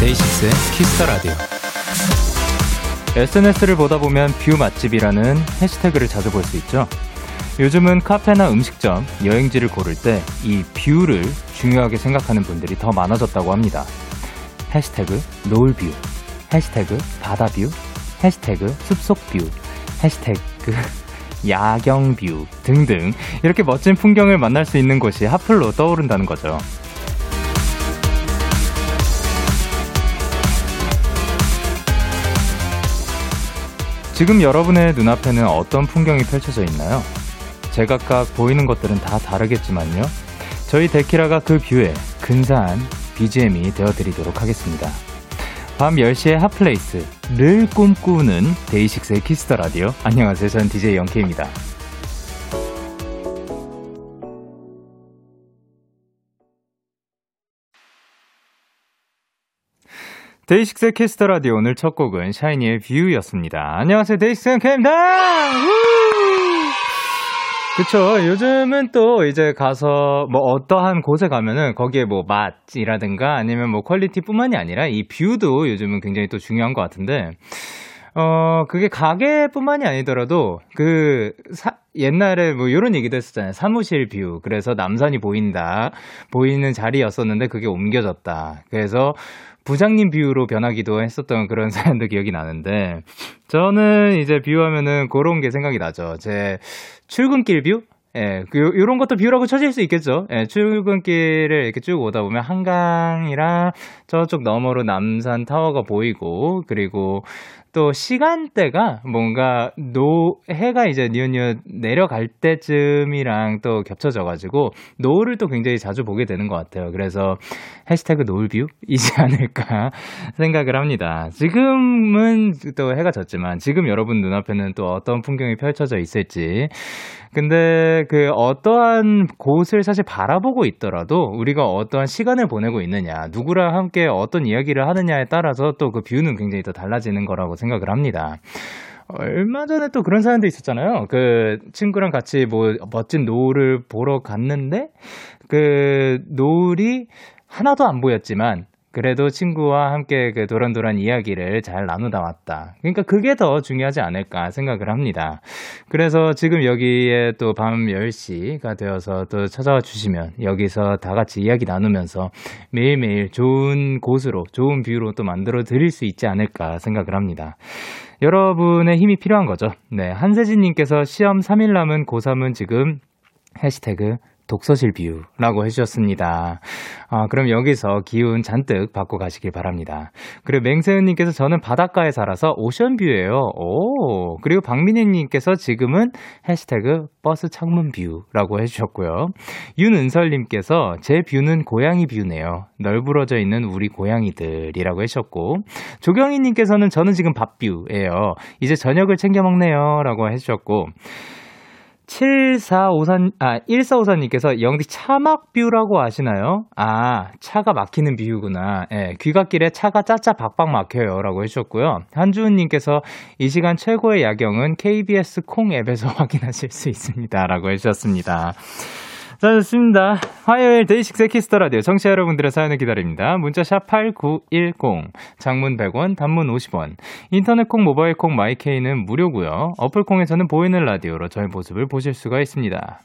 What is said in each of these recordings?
데이식스의 키스터 라디오. SNS를 보다 보면 뷰 맛집이라는 해시태그를 자주 볼 수 있죠. 요즘은 카페나 음식점, 여행지를 고를 때 이 뷰를 중요하게 생각하는 분들이 더 많아졌다고 합니다. 해시태그 노을뷰, 해시태그 바다뷰, 해시태그 숲속뷰, 해시태그 야경뷰 등등 이렇게 멋진 풍경을 만날 수 있는 곳이 핫플로 떠오른다는 거죠. 지금 여러분의 눈앞에는 어떤 풍경이 펼쳐져 있나요? 제각각 보이는 것들은 다 다르겠지만요. 저희 데키라가 그 뷰에 근사한 BGM이 되어드리도록 하겠습니다. 밤 10시에 핫플레이스를 꿈꾸는 데이식스의 키스터 라디오. 안녕하세요. 저는 DJ 영케입니다. 데이식스의 키스터 라디오 오늘 첫 곡은 샤이니의 뷰였습니다. 안녕하세요. 데이식스 영케입니다. 우! 그쵸. 요즘은 또 이제 가서 뭐 어떠한 곳에 가면은 거기에 뭐 맛이라든가 아니면 뭐 퀄리티뿐만이 아니라 이 뷰도 요즘은 굉장히 또 중요한 것 같은데, 어, 그게 가게뿐만이 아니더라도 그 사- 옛날에 뭐 이런 얘기도 했었잖아요. 사무실 뷰. 그래서 남산이 보인다. 보이는 자리였었는데 그게 옮겨졌다. 그래서 부장님 뷰로 변하기도 했었던 그런 사연도 기억이 나는데 저는 이제 뷰하면은 그런 게 생각이 나죠. 제 출근길 뷰? 예, 그, 요- 요런 것도 뷰라고 쳐질 수 있겠죠. 예, 출근길을 이렇게 쭉 오다 보면 한강이랑 저쪽 너머로 남산 타워가 보이고, 그리고 또 시간대가 뭔가 노, 해가 이제 뉘엿뉘엿 내려갈 때쯤이랑 또 겹쳐져가지고, 노을을 또 굉장히 자주 보게 되는 것 같아요. 그래서 해시태그 노을뷰이지 않을까 생각을 합니다. 지금은 또 해가 졌지만 지금 여러분 눈앞에는 또 어떤 풍경이 펼쳐져 있을지. 근데 그 어떠한 곳을 사실 바라보고 있더라도 우리가 어떠한 시간을 보내고 있느냐, 누구랑 함께 어떤 이야기를 하느냐에 따라서 또 그 뷰는 굉장히 더 달라지는 거라고 생각을 합니다. 얼마 전에 또 그런 사연도 있었잖아요. 그 친구랑 같이 뭐 멋진 노을을 보러 갔는데 그 노을이 하나도 안 보였지만 그래도 친구와 함께 그 도란도란 이야기를 잘 나누다 왔다. 그러니까 그게 더 중요하지 않을까 생각을 합니다. 그래서 지금 여기에 또 밤 10시가 되어서 또 찾아와 주시면 여기서 다 같이 이야기 나누면서 매일매일 좋은 곳으로 좋은 뷰로 또 만들어 드릴 수 있지 않을까 생각을 합니다. 여러분의 힘이 필요한 거죠. 네. 한세진님께서 시험 3일 남은 고3은 지금 해시태그 독서실 뷰라고 해주셨습니다. 아, 그럼 여기서 기운 잔뜩 받고 가시길 바랍니다. 그리고 맹세은님께서 저는 바닷가에 살아서 오션뷰예요. 오. 그리고 박민희님께서 지금은 해시태그 버스 창문 뷰라고 해주셨고요. 윤은설님께서 제 뷰는 고양이 뷰네요. 널브러져 있는 우리 고양이들이라고 해주셨고 조경희님께서는 저는 지금 밥뷰예요. 이제 저녁을 챙겨 먹네요라고 해주셨고 7454, 아, 1454님께서 영디 차막뷰라고 아시나요? 아, 차가 막히는 뷰구나. 예, 귀갓길에 차가 짜짜 박박 막혀요. 라고 해주셨고요. 한주은님께서 이 시간 최고의 야경은 KBS 콩 앱에서 확인하실 수 있습니다. 라고 해주셨습니다. 자, 좋습니다. 화요일 데이식스 키스터 라디오 청취자 여러분들의 사연을 기다립니다. 문자샵 8910, 장문 100원, 단문 50원, 인터넷 콩, 모바일 콩, 마이케이는 무료고요. 어플 콩에서는 보이는 라디오로 저희 모습을 보실 수가 있습니다.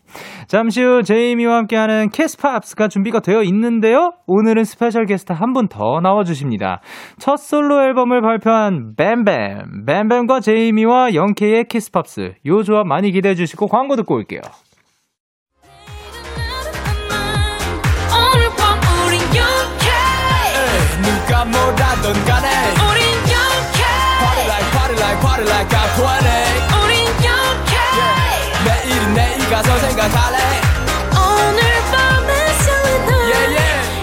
잠시 후 제이미와 함께하는 키스팝스가 준비가 되어 있는데요. 오늘은 스페셜 게스트 한 분 더 나와주십니다. 첫 솔로 앨범을 발표한 뱀뱀, 뱀뱀과 제이미와 영케이의 키스팝스 요 조합 많이 기대해 주시고 광고 듣고 올게요. 오늘 밤 우린 영케 누가 뭐라던 간에 우린 영케 Party like party like party like I'm 20 우린 영케 내일은 내일 가서 생각할래 오늘 밤에 설레는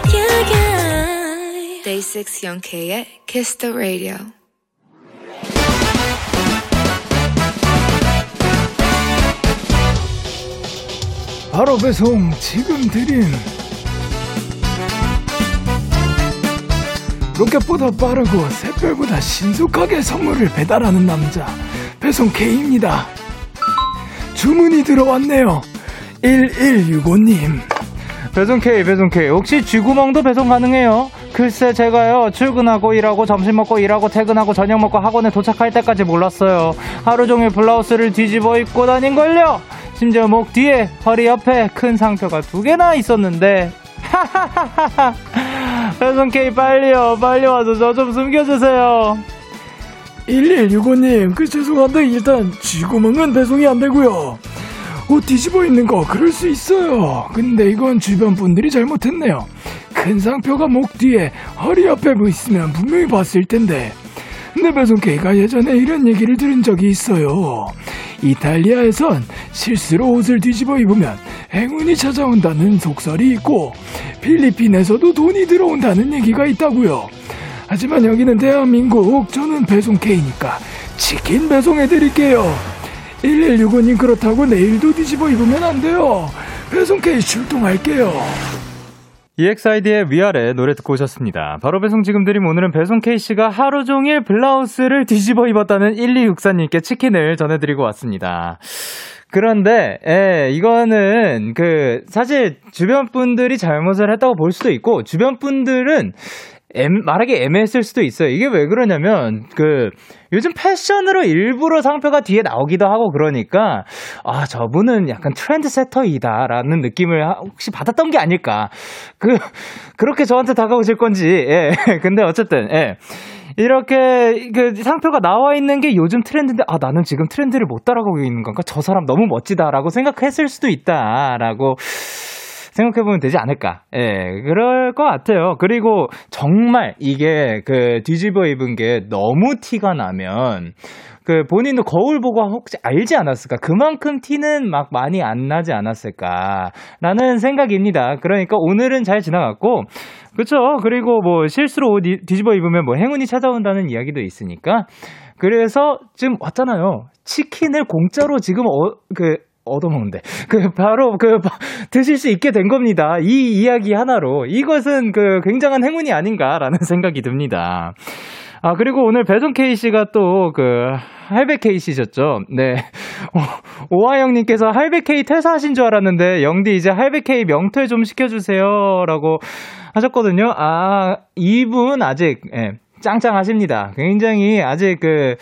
Yeah yeah yeah. Day 6 Young K의 Kiss the Radio. 바로 배송 지금 드림 로켓보다 빠르고 새별보다 신속하게 선물을 배달하는 남자 배송 K입니다 주문이 들어왔네요 1165님 배송 K 배송 K 혹시 쥐구멍도 배송 가능해요? 글쎄 제가요 출근하고 일하고 점심 먹고 일하고 퇴근하고 저녁 먹고 학원에 도착할 때까지 몰랐어요 하루 종일 블라우스를 뒤집어 입고 다닌걸요 심지어 목 뒤에 허리 옆에 큰 상처가 두 개나 있었는데 하하하하 배송 K 빨리요 빨리 와서 저 좀 숨겨주세요 1165님, 그 죄송한데 일단 쥐구멍은 배송이 안 되고요. 옷 뒤집어 있는 거 그럴 수 있어요. 근데 이건 주변 분들이 잘못했네요. 큰 상표가 목 뒤에 허리 옆에 뭐 있으면 분명히 봤을 텐데. 근데 배송 K가 예전에 이런 얘기를 들은 적이 있어요. 이탈리아에선 실수로 옷을 뒤집어 입으면 행운이 찾아온다는 속설이 있고 필리핀에서도 돈이 들어온다는 얘기가 있다고요. 하지만 여기는 대한민국 저는 배송 K니까 치킨 배송해드릴게요 1165님 그렇다고 내일도 뒤집어 입으면 안 돼요 배송 K 출동할게요 EXID의 위아래 노래 듣고 오셨습니다. 바로 배송 지금 드림 오늘은 배송 K씨가 하루 종일 블라우스를 뒤집어 입었다는 1264님께 치킨을 전해드리고 왔습니다. 그런데, 예, 이거는 그, 사실 주변 분들이 잘못을 했다고 볼 수도 있고, 주변 분들은 애- 말하기 애매했을 수도 있어요. 이게 왜 그러냐면, 그, 요즘 패션으로 일부러 상표가 뒤에 나오기도 하고 그러니까, 아, 저분은 약간 트렌드 세터이다라는 느낌을 하- 혹시 받았던 게 아닐까. 그, 그렇게 저한테 다가오실 건지, 예. 근데 어쨌든, 예. 이렇게 그 상표가 나와 있는 게 요즘 트렌드인데 아 나는 지금 트렌드를 못 따라가고 있는 건가 저 사람 너무 멋지다라고 생각했을 수도 있다라고 생각해보면 되지 않을까. 예, 그럴 것 같아요. 그리고 정말 이게 그 뒤집어 입은 게 너무 티가 나면 그 본인도 거울 보고 혹시 알지 않았을까? 그만큼 티는 막 많이 안 나지 않았을까라는 생각입니다. 그러니까 오늘은 잘 지나갔고, 그쵸? 그리고 뭐 실수로 옷 이- 뒤집어 입으면 뭐 행운이 찾아온다는 이야기도 있으니까. 그래서 지금 왔잖아요. 치킨을 공짜로 지금 어, 그, 얻어먹는데. 그, 바로, 그, 바- 드실 수 있게 된 겁니다. 이 이야기 하나로. 이것은 그, 굉장한 행운이 아닌가라는 생각이 듭니다. 아, 그리고 오늘 배송 K씨가 또 그, 할배 K씨셨죠? 네. 오하영님께서 할배 K 퇴사하신 줄 알았는데, 영디 이제 할배 K 명퇴 좀 시켜주세요. 라고 하셨거든요. 아, 이분 아직, 예, 짱짱하십니다. 굉장히 아직 그,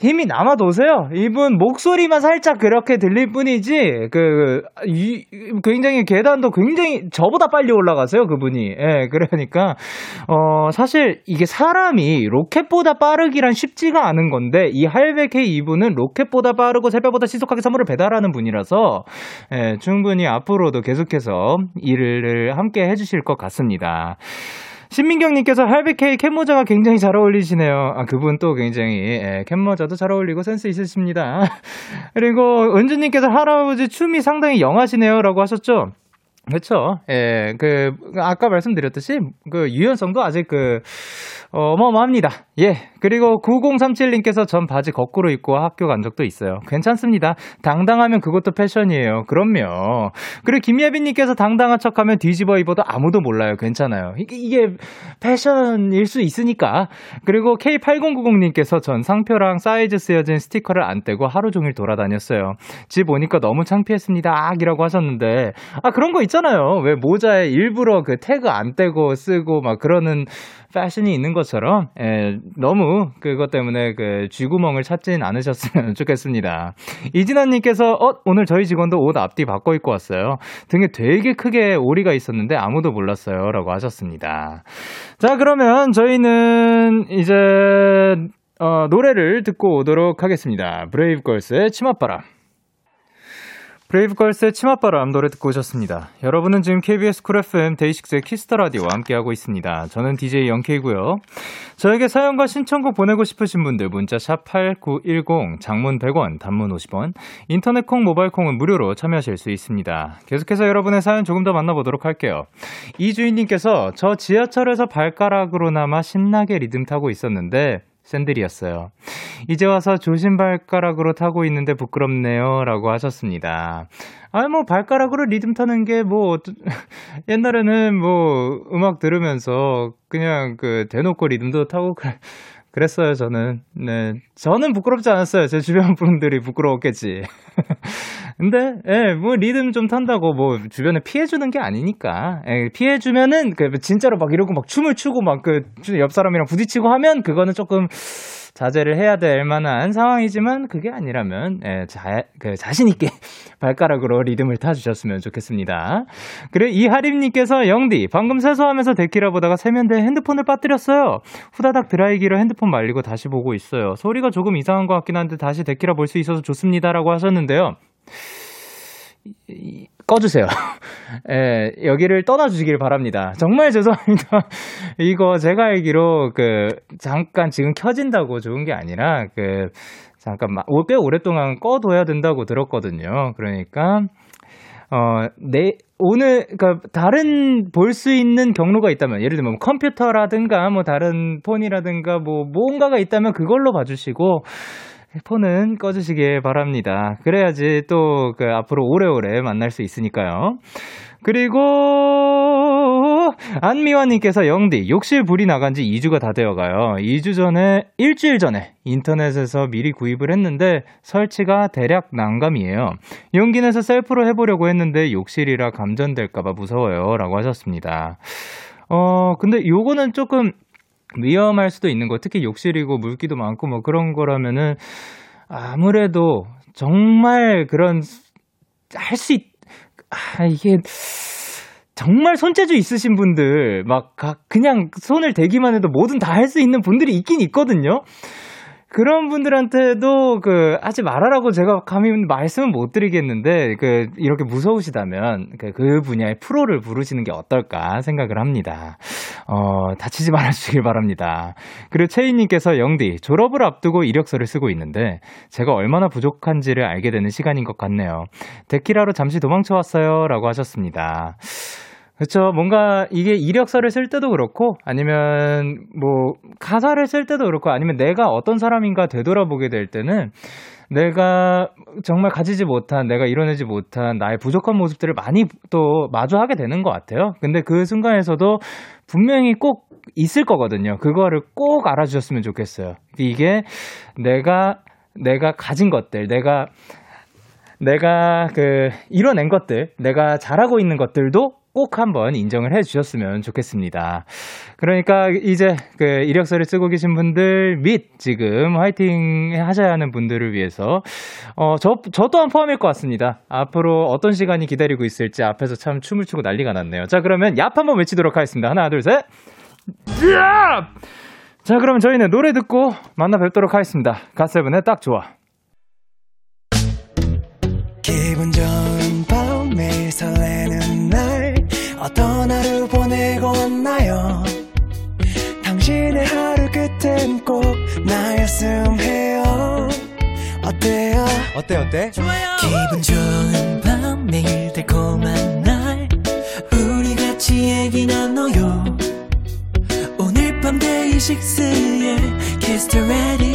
힘이 남아 도세요. 이분 목소리만 살짝 그렇게 들릴 뿐이지 그 이, 굉장히 계단도 굉장히 저보다 빨리 올라가세요 그분이. 예, 그러니까 어 사실 이게 사람이 로켓보다 빠르기란 쉽지가 않은 건데 이 할베케 이분은 로켓보다 빠르고 새벽보다 신속하게 선물을 배달하는 분이라서 예, 충분히 앞으로도 계속해서 일을 함께 해주실 것 같습니다. 신민경님께서 할비케이 캔모자가 굉장히 잘 어울리시네요. 아, 그분 또 굉장히, 예, 캔모자도 잘 어울리고 센스 있으십니다. 그리고 은주님께서 할아버지 춤이 상당히 영하시네요. 라고 하셨죠? 그쵸. 예, 그, 아까 말씀드렸듯이, 그, 유연성도 아직 그, 어마어마합니다. 예. 그리고 9037님께서 전 바지 거꾸로 입고 학교 간 적도 있어요. 괜찮습니다. 당당하면 그것도 패션이에요. 그럼요. 그리고 김예빈님께서 당당한 척 하면 뒤집어 입어도 아무도 몰라요. 괜찮아요. 이게, 이게 패션일 수 있으니까. 그리고 K8090님께서 전 상표랑 사이즈 쓰여진 스티커를 안 떼고 하루 종일 돌아다녔어요. 집 오니까 너무 창피했습니다. 악이라고 하셨는데. 아, 그런 거 있잖아요. 왜 모자에 일부러 그 태그 안 떼고 쓰고 막 그러는 패션이 있는 것처럼, 예, 너무 그것 때문에 그 쥐구멍을 찾진 않으셨으면 좋겠습니다. 이진아님께서, 어, 오늘 저희 직원도 옷 앞뒤 바꿔 입고 왔어요. 등에 되게 크게 오리가 있었는데 아무도 몰랐어요. 라고 하셨습니다. 자, 그러면 저희는 이제, 어, 노래를 듣고 오도록 하겠습니다. 브레이브걸스의 치맛바람. 브레이브걸스의 치맛바람 노래 듣고 오셨습니다. 여러분은 지금 KBS 쿨 FM 데이식스의 키스터 라디오와 함께하고 있습니다. 저는 DJ 영케이고요. 저에게 사연과 신청곡 보내고 싶으신 분들 문자 샵 #8910 장문 100원, 단문 50원, 인터넷 콩, 모바일 콩은 무료로 참여하실 수 있습니다. 계속해서 여러분의 사연 조금 더 만나보도록 할게요. 이주인님께서 저 지하철에서 발가락으로나마 신나게 리듬 타고 있었는데 샌들이었어요. 이제 와서 조심 발가락으로 타고 있는데 부끄럽네요. 라고 하셨습니다. 아, 뭐, 발가락으로 리듬 타는 게 뭐, 어떠- 옛날에는 뭐, 음악 들으면서 그냥 그, 대놓고 리듬도 타고 그래. 그랬어요, 저는. 네. 저는 부끄럽지 않았어요. 제 주변 분들이 부끄러웠겠지. 근데, 예, 뭐, 리듬 좀 탄다고, 뭐, 주변에 피해주는 게 아니니까. 예, 피해주면은, 그, 진짜로 막 이러고 막 춤을 추고 막 그, 옆 사람이랑 부딪히고 하면, 그거는 조금 자제를 해야 될 만한 상황이지만, 그게 아니라면, 예, 자, 그, 자신있게 발가락으로 리듬을 타주셨으면 좋겠습니다. 그래, 이하림님께서, 영디, 방금 세수하면서 데키라 보다가 세면대에 핸드폰을 빠뜨렸어요. 후다닥 드라이기로 핸드폰 말리고 다시 보고 있어요. 소리가 조금 이상한 것 같긴 한데, 다시 데키라 볼 수 있어서 좋습니다라고 하셨는데요. 이- 꺼주세요. 예, 여기를 떠나주시길 바랍니다. 정말 죄송합니다. 이거 제가 알기로 그 잠깐 지금 켜진다고 좋은 게 아니라 그 잠깐 마- 오- 꽤 오랫동안 꺼둬야 된다고 들었거든요. 그러니까 어, 내 오늘 그러니까 다른 볼 수 있는 경로가 있다면 예를 들면 뭐 컴퓨터라든가 뭐 다른 폰이라든가 뭐 뭔가가 있다면 그걸로 봐주시고 폰은 꺼주시길 바랍니다. 그래야지 또 그 앞으로 오래오래 만날 수 있으니까요. 그리고 안미화님께서 영디 욕실 불이 나간 지 2주가 다 되어가요. 2주 전에 일주일 전에 인터넷에서 미리 구입을 했는데 설치가 대략 난감이에요. 용기 내서 셀프로 해보려고 했는데 욕실이라 감전될까봐 무서워요라고 하셨습니다. 어 근데 요거는 조금 위험할 수도 있는 거 특히 욕실이고 물기도 많고 뭐 그런 거라면은 아무래도 정말 그런 할 수 있, 아, 이게, 정말 손재주 있으신 분들, 막, 가- 그냥 손을 대기만 해도 뭐든 다 할 수 있는 분들이 있긴 있거든요? 그런 분들한테도 그, 하지 말아라고 제가 감히 말씀은 못 드리겠는데, 그, 이렇게 무서우시다면, 그, 그 분야의 프로를 부르시는 게 어떨까 생각을 합니다. 어, 다치지 말아주길 바랍니다. 그리고 채인님께서 영디, 졸업을 앞두고 이력서를 쓰고 있는데, 제가 얼마나 부족한지를 알게 되는 시간인 것 같네요. 데키라로 잠시 도망쳐 왔어요. 라고 하셨습니다. 그쵸. 뭔가 이게 이력서를 쓸 때도 그렇고, 아니면 뭐, 가사를 쓸 때도 그렇고, 아니면 내가 어떤 사람인가 되돌아보게 될 때는, 내가 정말 가지지 못한, 내가 이뤄내지 못한 나의 부족한 모습들을 많이 또 마주하게 되는 것 같아요. 근데 그 순간에서도 분명히 꼭 있을 거거든요. 그거를 꼭 알아주셨으면 좋겠어요. 이게 내가, 내가 가진 것들, 내가 내가 그 이뤄낸 것들, 내가 잘하고 있는 것들도 꼭 한번 인정을 해 주셨으면 좋겠습니다. 그러니까 이제 그 이력서를 쓰고 계신 분들 및 지금 화이팅 하셔야 하는 분들을 위해서 어, 저, 저 또한 포함일 것 같습니다. 앞으로 어떤 시간이 기다리고 있을지 앞에서 참 춤을 추고 난리가 났네요. 자, 그러면 얍 한번 외치도록 하겠습니다. 하나, 둘, 셋. 얍! 자, 그럼 저희는 노래 듣고 만나 뵙도록 하겠습니다. 갓세븐의 딱 좋아. 기분 좋은 밤 매일 설레는 날 어떤 하루 보내고 왔나요 당신의 하루 끝엔 꼭 나였음 해요 어때요 어때 어때? 기분 좋은 밤 매일 달콤한 날 우리 같이 얘기 나눠요 오늘 밤 데이식스의 Kiss the Radio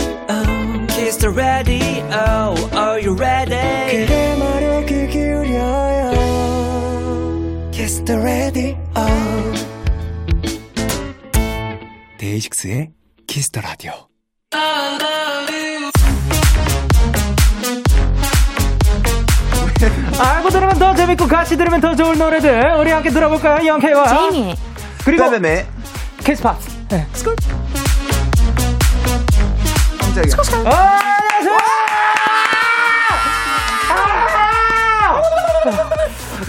Kiss the radio Are you ready? 그대 말에 귀 기울여요 Kiss the radio 데이식스의 키스 더 라디오 알고 들으면 더 재밌고 같이 들으면 더 좋은 노래들 우리 함께 들어볼까요? 영케이와 제이미 그리고 네. 뺨뺨의 키스팝 깜짝이야. 어, 안녕하세요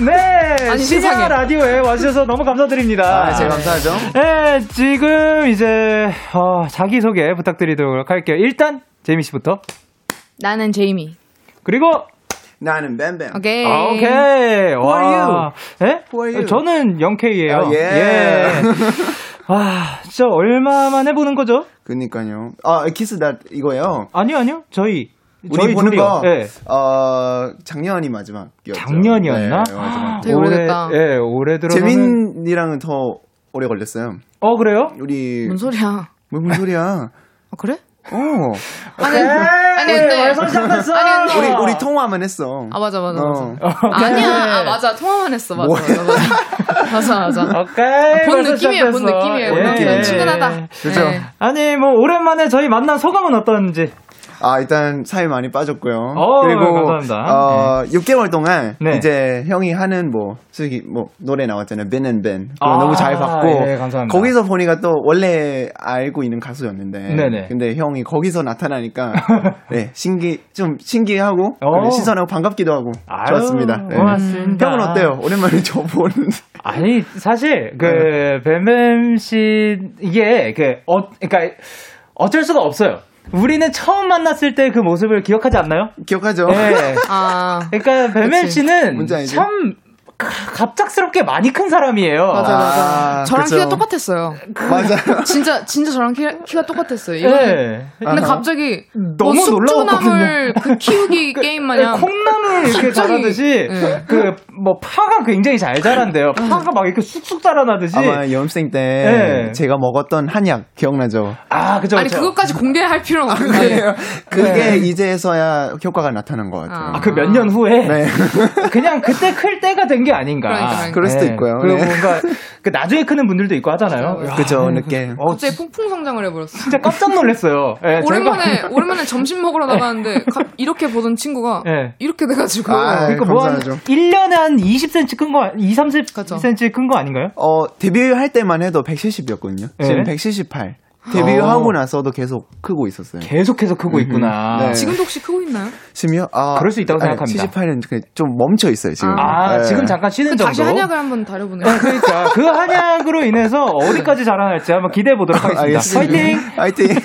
네 시사 라디오에 와주셔서 너무 감사드립니다 아, 제가 감사하죠. 네 지금 이제 어, 자기소개 부탁드리도록 할게요 일단 제이미씨부터 나는 제이미. 그리고 나는 뱀뱀. 오케이. 아, 오케이. Who 예. are you? 예? Who are you? 저는 영케이예요. 아, 예. 아, 진짜 얼마만 해보는 거죠? 그니까요. 아, 키스 나 이거예요. 아니요, 아니요. 저희 우리 저희 보는 둘이요. 거, 예. 어, 작년이 마지막이었죠. 작년이었나? 네, 마지막. 아, 되게 오래됐다. 예, 올해 들어서 는 재민이랑은 더 오래 걸렸어요. 어 그래요? 우리 뭔 소리야? 뭐, 뭔 소리야? 아, 그래? 오. 아니, 아니, 근데. 아니, 근데. 우리 우리 통화만 했어. 아, 맞아, 맞아, 맞아. 어. 네. 아니야, 아, 맞아. 통화만 했어, 맞아. 뭐야. 맞아, 맞아. 맞아. 오케이. 본 벌써 느낌이에요, 본 시작됐어. 느낌이에요. 예. 본 느낌은 친근하다. 그죠? 네. 아니 뭐 오랜만에 저희 만난 소감은 어떤지. 아 일단 살 많이 빠졌고요. 어, 감사합니다. 어, 6개월 동안 네. 이제 형이 하는 뭐 솔직히 뭐 노래 나왔잖아요. Ben and Ben. 그거 아, 너무 잘 봤고. 예, 감사합니다. 거기서 보니까 또 원래 알고 있는 가수였는데. 네네. 근데 형이 거기서 나타나니까 네, 신기 좀 신기하고 어. 신선하고 반갑기도 하고 아유, 좋았습니다. 네. 고맙습니다. 형은 어때요? 오랜만에 저 보는. 아니 사실 그 뱀뱀 씨 이게 그어 그러니까 어쩔 수가 없어요. 우리는 처음 만났을 때 그 모습을 기억하지 않나요? 기억하죠? 네. 아. 그러니까 뱀뱀 그치. 씨는 어. 뭔지 알지? 참 가- 갑작스럽게 많이 큰 사람이에요. 맞아, 맞아. 아, 저랑 그쵸. 키가 똑같았어요. 맞아요. 진짜, 진짜 저랑 키, 키가 똑같았어요. 이거 예. 아하. 근데 갑자기 너무 뭐 숙주나물 놀라웠거든요. 네, 그 키우기 게임 마냥 그 콩나물 이렇게 갑자기- 자라듯이 예. 그 뭐 파가 굉장히 잘 자란대요. 파가 막 이렇게 쑥쑥 자라나듯이. 아마 연습생 때 예. 제가 먹었던 한약 기억나죠? 아 그죠. 아니 그죠. 그것까지 공개할 필요는 없는데 그래요. 그게 네. 이제서야 효과가 나타난 것 같아요. 아, 그 몇 년 후에 네. 그냥 그때 클 때가 된 게 아닌가. 그러니까, 그러니까. 그럴 수도 있고요. 그리고 네. 뭔가 그 나중에 크는 분들도 있고 하잖아요. 그렇죠. 야, 그죠, 늦게. 어, 갑자기 폭풍 성장을 해버렸어. 진짜 깜짝 놀랐어요. 예, 오랜만에 네, 제가- 오랜만에 점심 먹으러 나가는데 가- 이렇게 보던 친구가 예. 이렇게 돼가지고 아, 그러니까 뭐한 감사하죠. 1년에 한 20cm 큰 거, 2, 30cm 그쵸. 큰 거 아닌가요? 어, 데뷔할 때만 해도 170이었거든요. 네. 지금 178. 데뷔하고 나서도 계속 크고 있었어요. 계속해서 크고 있구나. 네. 지금도 혹시 크고 있나요? 지금요? 아, 그럴 수 있다고 생각합니다. 78은 그 좀 멈춰 있어요, 지금. 아, 네. 지금 잠깐 쉬는 정도. 그 다시 한약을 한번 다려보네요. 네, 그러니까 그 한약으로 인해서 어디까지 자라날지 한번 기대해 보도록 하겠습니다. 알겠습니다. 파이팅! 파이팅!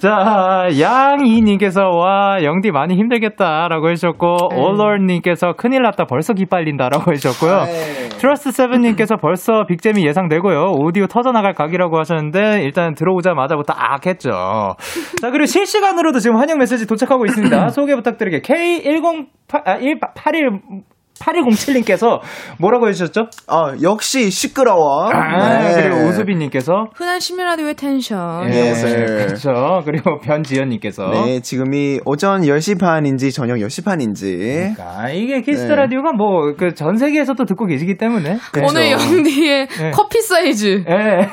자, 양이님께서, 와, 영디 많이 힘들겠다라고 해주셨고, 네. 올얼님께서, 큰일 났다, 벌써 기빨린다라고 해주셨고요. 네. 트러스세븐님께서 벌써 빅잼이 예상되고요. 오디오 터져나갈 각이라고 하셨는데, 일단 들어오자마자부터 악 했죠. 자, 그리고 실시간으로도 지금 환영 메시지 도착하고 있습니다. 소개 부탁드릴게요. K108, 아, 181, 8107님께서 뭐라고 해주셨죠? 어, 역시 시끄러워. 아, 네. 그리고 오수빈님께서, 흔한 시미라디오의 텐션. 예, Yes, sir. 그렇죠. 그리고 변지연님께서, 네, 지금이 오전 10시 반인지 저녁 10시 반인지. 아, 이게 키스터 네. 라디오가 뭐 그 전 세계에서도 듣고 계시기 때문에 그렇죠. 오늘 영디의 예. 커피 사이즈 예.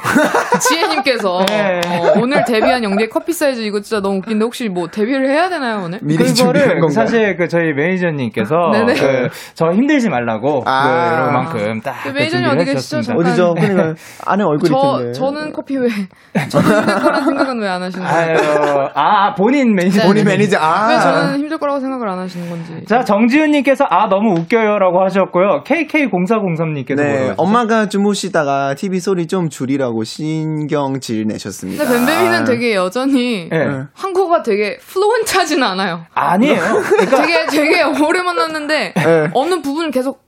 지혜님께서 예. 어, 오늘 데뷔한 영디의 커피 사이즈 이거 진짜 너무 웃긴데 혹시 뭐 데뷔를 해야 되나요 오늘? 미리 준비한 그거를 건가요? 사실 그 저희 매니저님께서 아, 네네. 그 저 힘들지 말라고 그 아. 그만큼 딱 그 그 매니저님 준비를 어디 계시죠? 해주셨습니다. 잠깐. 어디죠? 그러니까 아는 얼굴이 저 텐데. 저는 커피 왜 저도 힘들 거란 생각은 왜 안 하시는 거예요? 아유, 아 본인 매니저 네. 본인 매니저 아. 왜 저는 힘들 거라고 생각을 안 하시는 건지. 자 정지훈님께서 아 너무 웃겨요라고 하셨고요. KK0403님께서 네, 엄마가 주무시다가 TV 소리 좀 줄이라고 신경질 내셨습니다. 근데 아. 뱀뱀이는 되게 여전히 예. 네. 한국어가 되게 플루언트하지는 않아요. 아니에요. 그러니까 되게 되게 오래 만났는데 네. 없는 부분을 계속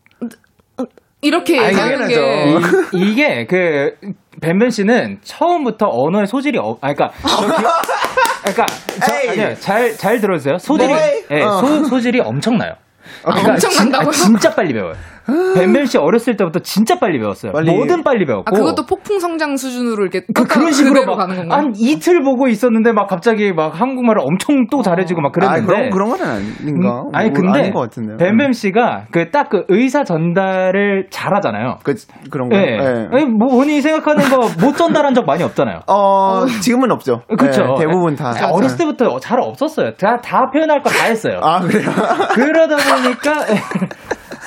이렇게 아니, 얘기하는 게 당연하죠. 어. 이, 게그 뱀뱀 씨는 처음부터 언어의 소질이 없, 아, 그러니까 저 기- 그러니까 에이. 잘잘 잘 들어주세요. 소질이 뭐해? 예, 어. 소, 소질이 엄청나요. 아, 엄청난다고요? 그러니까 진, 짜 빨리 배워요. 뱀뱀 씨 어렸을 때부터 진짜 빨리 배웠어요. 빨리. 뭐든 빨리 배웠고. 아, 그것도 폭풍 성장 수준으로 이렇게 어. 그, 그런 식으로 그대로 막, 가는 건가요? 한 이틀 보고 있었는데 막 갑자기 막 한국말을 엄청 또 잘해지고 막 아, 그랬는데. 그런 그런 건 아닌가? 네. 뭐, 음, 아니 근데 아닌 것 같은데요. 음, 뱀뱀 씨가 그 딱 그 의사 전달을 잘하잖아요. 그 그런 거. 예. 네. 아니, 뭐 본인이 생각하는 거 못 전달한 적 많이 없잖아요. 어 지금은 없죠. 그렇죠. 네, 대부분 다. 어렸을 때부터 잘 없었어요. 다, 다 표현할 거 다 했어요. 아 그래요. 그러다 보니까. 예.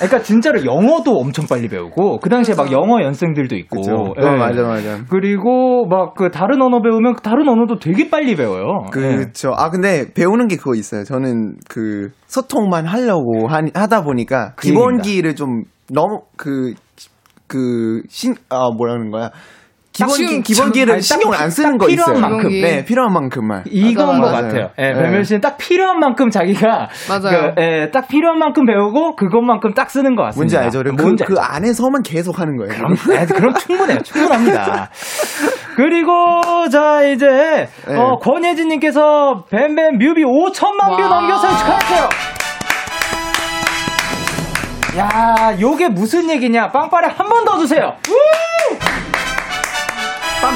그러니까 진짜로 영어도 엄청 빨리 배우고 그 당시에 막 영어 연습생들도 있고 그렇죠. 예. 어, 맞아 맞아. 그리고 막 그 다른 언어 배우면 그 다른 언어도 되게 빨리 배워요. 예. 그렇죠. 아 근데 배우는 게 그거 있어요. 저는 그 소통만 하려고 하, 하다 보니까 그 기본기를 좀 너무 그, 그그신아 뭐라는 거야. 기본기 지금 참- 아니, 기본기를 딱 신경을 안 쓰는 딱 거 있어요. 필요한 만큼. 네, 필요한 만큼만. 이건 것 맞아요. 같아요. 예, 예. 배면 씨는 딱 필요한 만큼 자기가 맞아요. 그, 예, 딱 필요한 만큼 배우고 그것만큼 딱 쓰는 것 뭔지 같습니다. 알죠? 그, 뭔지 그 알죠? 안에서만 계속 하는 거예요. 그럼, 네, 그럼 충분해요. 충분합니다. 그리고, 자, 이제, 네. 어, 권예진님께서 뱀뱀 뮤비 5천만 뷰 와. 넘겨서 축하해요! 야, 요게 무슨 얘기냐. 빵빠레 한 번 더 주세요! 우!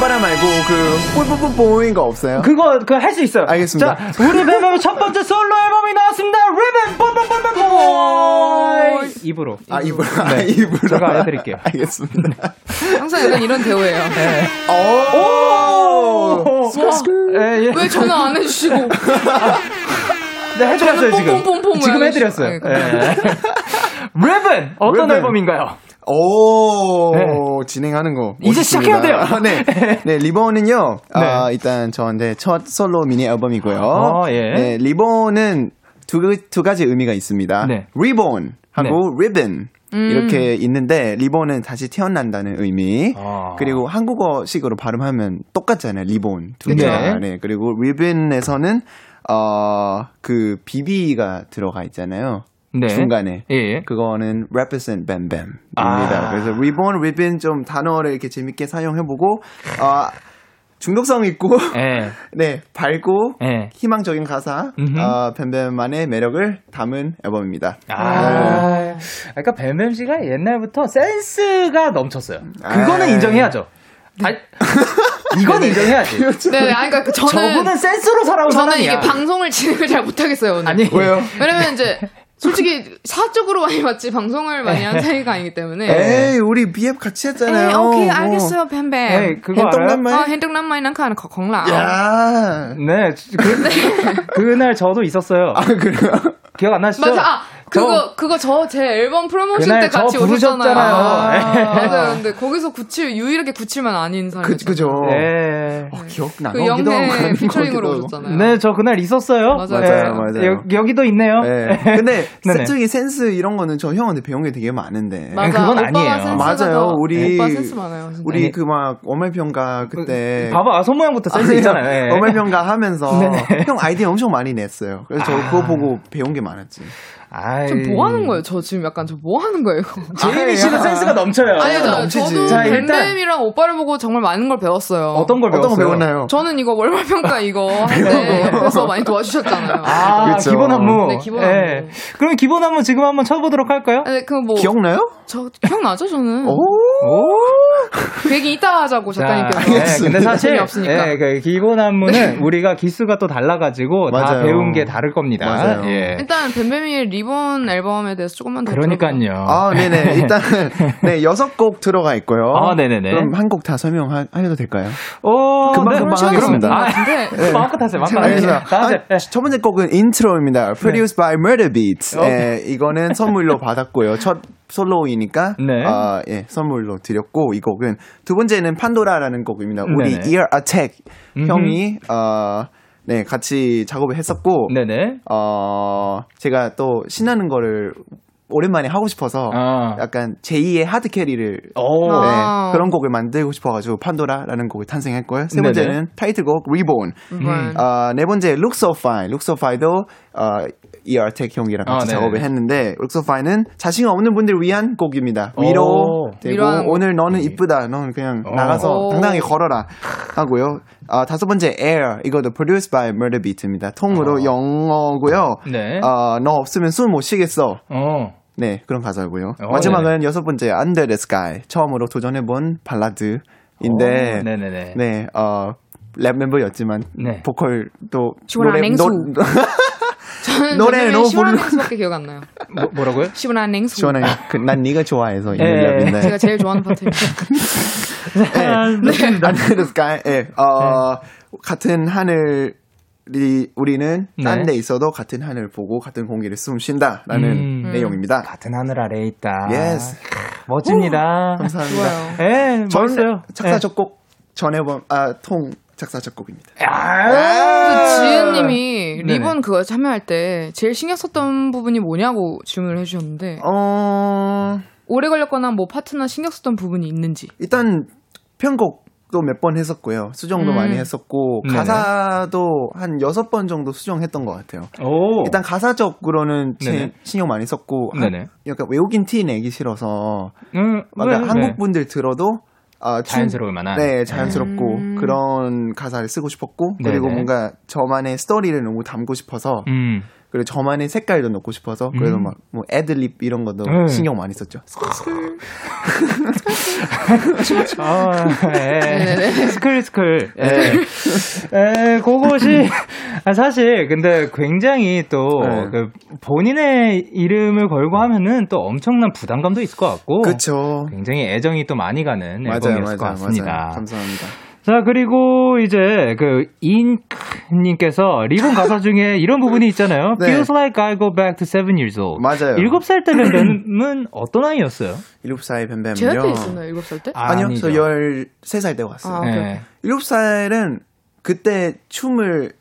바람 말고 그 뽀뽀뽀뽀인 거 없어요? 그거 그 할 수 있어요. 알겠습니다. 자, 우리 뱀뱀의 첫 번째 솔로 앨범이 나왔습니다. 리벤 뽀뽀뽀뽀뽀 입으로. 아 입으로 아, 입으로 제가 알려드릴게요. 알겠습니다. 항상 약간 이런 대우예요. 네. 네. 오. 예, 예. 왜 전화 안 해주시고 네, 해드렸어요 저는 지금. 뽕뽕뽕뽕 지금 왜 해드렸어요. 네. 하시죠? 레븐 예, 어떤 Ribbon. 앨범인가요? 오 진행하는 거 네. 이제 멋있습니다. 시작해야 돼요. 아, 네, 네 리본은요. 아, 네. 일단 저한테 첫 솔로 미니 앨범이고요. 어, 예. 네, 리본은 두, 그- 두 가지 의미가 있습니다. 네. 리본 하고 리본 이렇게 있는데 리본은 다시 태어난다는 의미. 아. 그리고 한국어식으로 발음하면 똑같잖아요. 리본 두 개. 네. 다 네. 그리고 리본에서는 어그 비비가 들어가 있잖아요. 네. 중간에 예, 예. 그거는 represent 뱀뱀입니다. 아. 그래서 리본, 리빈 좀 단어를 이렇게 재밌게 사용해보고 어, 중독성 있고 예. 네 밝고 예. 희망적인 가사 음흠. 어, 뱀뱀만의 매력을 담은 앨범입니다. 아, 아, 그러니까 뱀뱀 씨가 옛날부터 센스가 넘쳤어요. 그거는 아. 인정해야죠. 아, 이건 인정해야지. 네, 아니 그러니까 그 저는 저분은 센스로 살아온 저는 사람이야. 이게 방송을 진행을 잘 못하겠어요. 오늘. 아니 왜요? 왜냐면 이제 솔직히 사적으로 많이 봤지 방송을 많이 네. 한 사이가 아니기 때문에. 에이 우리 비앱 같이 했잖아요. 에이, 예. 오케이 뭐. 알겠어요 에이, 뱀뱀. 네. 그거 알아요? 만 어 핸드폰 마이 난카 하는 거콩라. 아. 야. 네, 그, 그날 저도 있었어요. 아 그래요? 기억 안 나시죠? 맞아. 아, 그거 그거 저 제 앨범 프로모션 때 그날 저 같이 부르셨잖아요. 오셨잖아요. 예. 아, 맞아요. 근데 거기서 구칠 유일하게 구칠만 아닌 사람. 그 그죠. 어, 저- 예. 네. 기억나. 그 영내 피처링으로 오셨잖아요. 네, 저 그날 있었어요. 맞아요, 네, 맞아요, 맞아요. 여, 기도 있네요. 네. 근데 네네. 센스기 센스 이런 거는 저 형한테 배운 게 되게 많은데. 맞아. 그건 오빠가 아니에요. 센스가 맞아요. 더- 우리- 오빠 센스 많아요. 진짜. 우리 그 막 워말평가 그때 네. 봐봐, 손 모양부터 네. 센스 음, 아니요. 있잖아요. 예. 워말평가 하면서 네네. 아. 형 아이디어 엄청 많이 냈어요. 그래서 저 그거 보고 배운 게 많았지. 아이. 저뭐 하는 거예요? 저 지금 약간 저 뭐 하는 거예요? 이거? 제이미 씨는 센스가 넘쳐요. 아니요, 저, 넘치지. 저도 자, 일단- 뱀뱀이랑 오빠를 보고 정말 많은 걸 배웠어요. 어떤 걸 어떤 거 배웠어요? 배웠나요? 저는 이거 월말평가 이거 할때 옆에서 많이 도와주셨잖아요. 아, 그쵸. 기본 안무. 네, 기본 예. 안무. 그럼 기본 안무 지금 한번 쳐보도록 할까요? 네, 그 뭐, 기억나요? 어? 저, 기억나죠, 음. 저는? 오. 그 얘기 이따 하자고 작가님께서. 예, 근데 사실 재미없으니까. 네. 예, 그 기본 안무는 우리가 기수가 또 달라가지고 다 맞아요. 배운 게 다를 겁니다. 맞아요. 예. 일단 뱀뱀이의 리본 앨범에 대해서 조금만 더 들어볼까요? 그러니까요. 아, 네네. 일단 네 여섯 곡 들어가 있고요. 아, 네네네. 그럼 한 곡 다 설명하셔도 될까요? 오, 금방 네, 금방 그럼 하겠습니다. 아, 근데 네. 마음껏 하세요. 마음껏 하세요. 알겠습니다. 다음 주에, 예. 아, 첫 번째 곡은 인트로입니다. Produced by Murder Beats. 네. 예, 이거는 선물로 받았고요. 첫 솔로이니까 네. 아, 예, 선물로 드렸고 이 곡은 두 번째는 판도라라는 곡입니다. 우리 네네. Ear Attack 음흠. 형이 어, 네 같이 작업을 했었고 네네. 어, 제가 또 신나는 거를 오랜만에 하고 싶어서 아. 어. 약간 제2의 하드 캐리를 오. 네, 아. 그런 곡을 만들고 싶어가지고 판도라라는 곡을 탄생했고요. 세 번째는 네네. 타이틀곡 Reborn. 리본. 아, 네 번째 Look So Fine. Look So Fine도 어, 이어텍 형이랑 같이 아, 네. 작업을 했는데 Look So Fine은 자신 없는 분들 을 위한 곡입니다. 오. 위로 되고 위로하는 오늘 너는 이쁘다. 너는 그냥 오. 나가서 오. 당당히 걸어라 하고요. 아, 다섯 번째 Air 이것도 produced by Murder Beat입니다. 통으로 영어고요. 아. 네. 아, 너 없으면 숨 못 쉬겠어. 어. 네, 그런 가사고요. 어, 마지막은 여섯 번째 Under the Sky 처음으로 도전해본 발라드인데 어, 네네네. 네, 어, 랩 멤버였지만 네. 보컬도 시원한 냉수. 저는 노래 뱀뱀의 너무 시원한 부르- 냉수밖에 기억 안 나요. 뭐, 뭐라고요? 시원한 냉수. 시원한 그, 난 네가 좋아해서 있는 예, 랩인데 제가 제일 좋아하는 파트입니다. 네. Under the Sky 예, 어, 네. 같은 하늘 이 우리는 딴 네. 데 있어도 같은 하늘 보고 같은 공기를 숨 쉰다라는 음. 내용입니다. 같은 하늘 아래에 있다. Yes. 멋집니다. 감사합니다. 좋아요. 예, 멋있어요. 작사 작곡 전해범 아통 작사 작곡입니다. 예. 아. 그 지은님이 네네. 리본 그거 참여할 때 제일 신경 썼던 부분이 뭐냐고 질문을 해주셨는데 어 오래 걸렸거나 뭐 파트나 신경 썼던 부분이 있는지 일단 편곡도 몇 번 했었고요. 수정도 음. 많이 했었고 네네. 가사도 한 여섯 번 정도 수정했던 것 같아요. 오. 일단 가사적으로는 제- 어. 네네. 신경 많이 썼고 한- 네네. 약간 외우긴 티 내기 싫어서 음, 막 왜, 한국 분들 들어도 아, 춤- 자연스러울 만한. 네, 자연스럽고 음. 그런 가사를 쓰고 싶었고 그리고 네네. 뭔가 저만의 스토리를 너무 담고 싶어서 음. 그리고 저만의 색깔도 넣고 싶어서 그래도 막 뭐 애드립 이런 것도 네. 신경 많이 썼죠. 아, 예. 네네네. 스클 스클. 네. 예. 예, 그것이 아, 사실 근데 굉장히 또 네. 그 본인의 이름을 걸고 하면은 또 엄청난 부담감도 있을 것 같고. 그렇죠. 굉장히 애정이 또 많이 가는 맞아요, 앨범이었을 맞아요, 것 같습니다. 맞아요. 감사합니다. 자, 그리고 이제 그 인크님께서 리본 가사 중에 이런 부분이 있잖아요. 네. Feels like I go back to seven years old. 맞아요. 일곱 살 때면 뱀은 어떤 아이였어요? 일곱 살 뱀뱀요. 제 옆에 있었나요? 일곱 살 때? 아니요, 아니죠. 저 13살 때 왔어요. 아, 예. 오케이. 일곱 살은 그때 춤을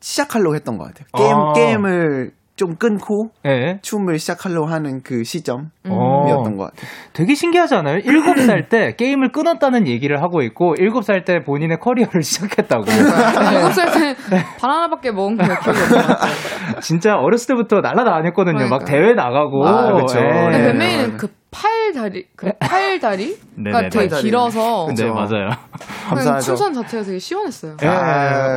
시작하려고 했던 것 같아요. 게임, 아. 게임을 좀 끊고 예. 춤을 시작하려고 하는 그 시점이었던 어, 음. 것 같아요. 되게 신기하지 않아요? 일곱 살 때 게임을 끊었다는 얘기를 하고 있고, 일곱 살 때 본인의 커리어를 시작했다고. 그러니까 일곱 살 때 네. 바나나밖에 먹은 게 기억이 없어요. 진짜 어렸을 때부터 날아다녔거든요. 막 그러니까. 대회 나가고. 아, 그쵸. 예. 근데 네, 뱀맨이는 맞아요. 그 팔 다리 그 팔 다리가 그러니까 네네네. 되게 팔다리. 길어서 네, 맞아요. 그냥 감사하죠. 네. 아, 춤선 자체가 되게 시원했어요. 예.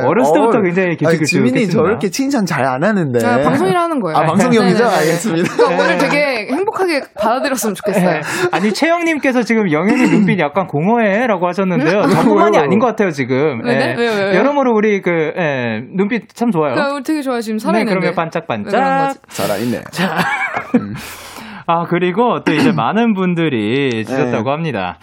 어렸을 때부터 굉장히 기특했죠. 지민이 그렇겠습니다. 저렇게 칭찬 잘 안 하는데. 제가 방송이라 하는 거예요. 아, 방송용이죠? 네네네. 알겠습니다. 네. 그러니까 오늘 되게 행복하게 받아들였으면 좋겠어요. 아니 최영님께서 지금 영현이 눈빛 약간 공허해라고 하셨는데요. 저뿐만이 아닌 것 같아요 지금. 왜, 네? 예. 왜, 왜, 왜? 여러모로 우리 그 예, 눈빛 참 좋아요. 그러니까 우리 되게 좋아요. 지금 네, 살아있는데. 그러면 왜 그런 거지? 반짝반짝. 잘아있네. 아 그리고 또 이제 많은 분들이 주셨다고 합니다.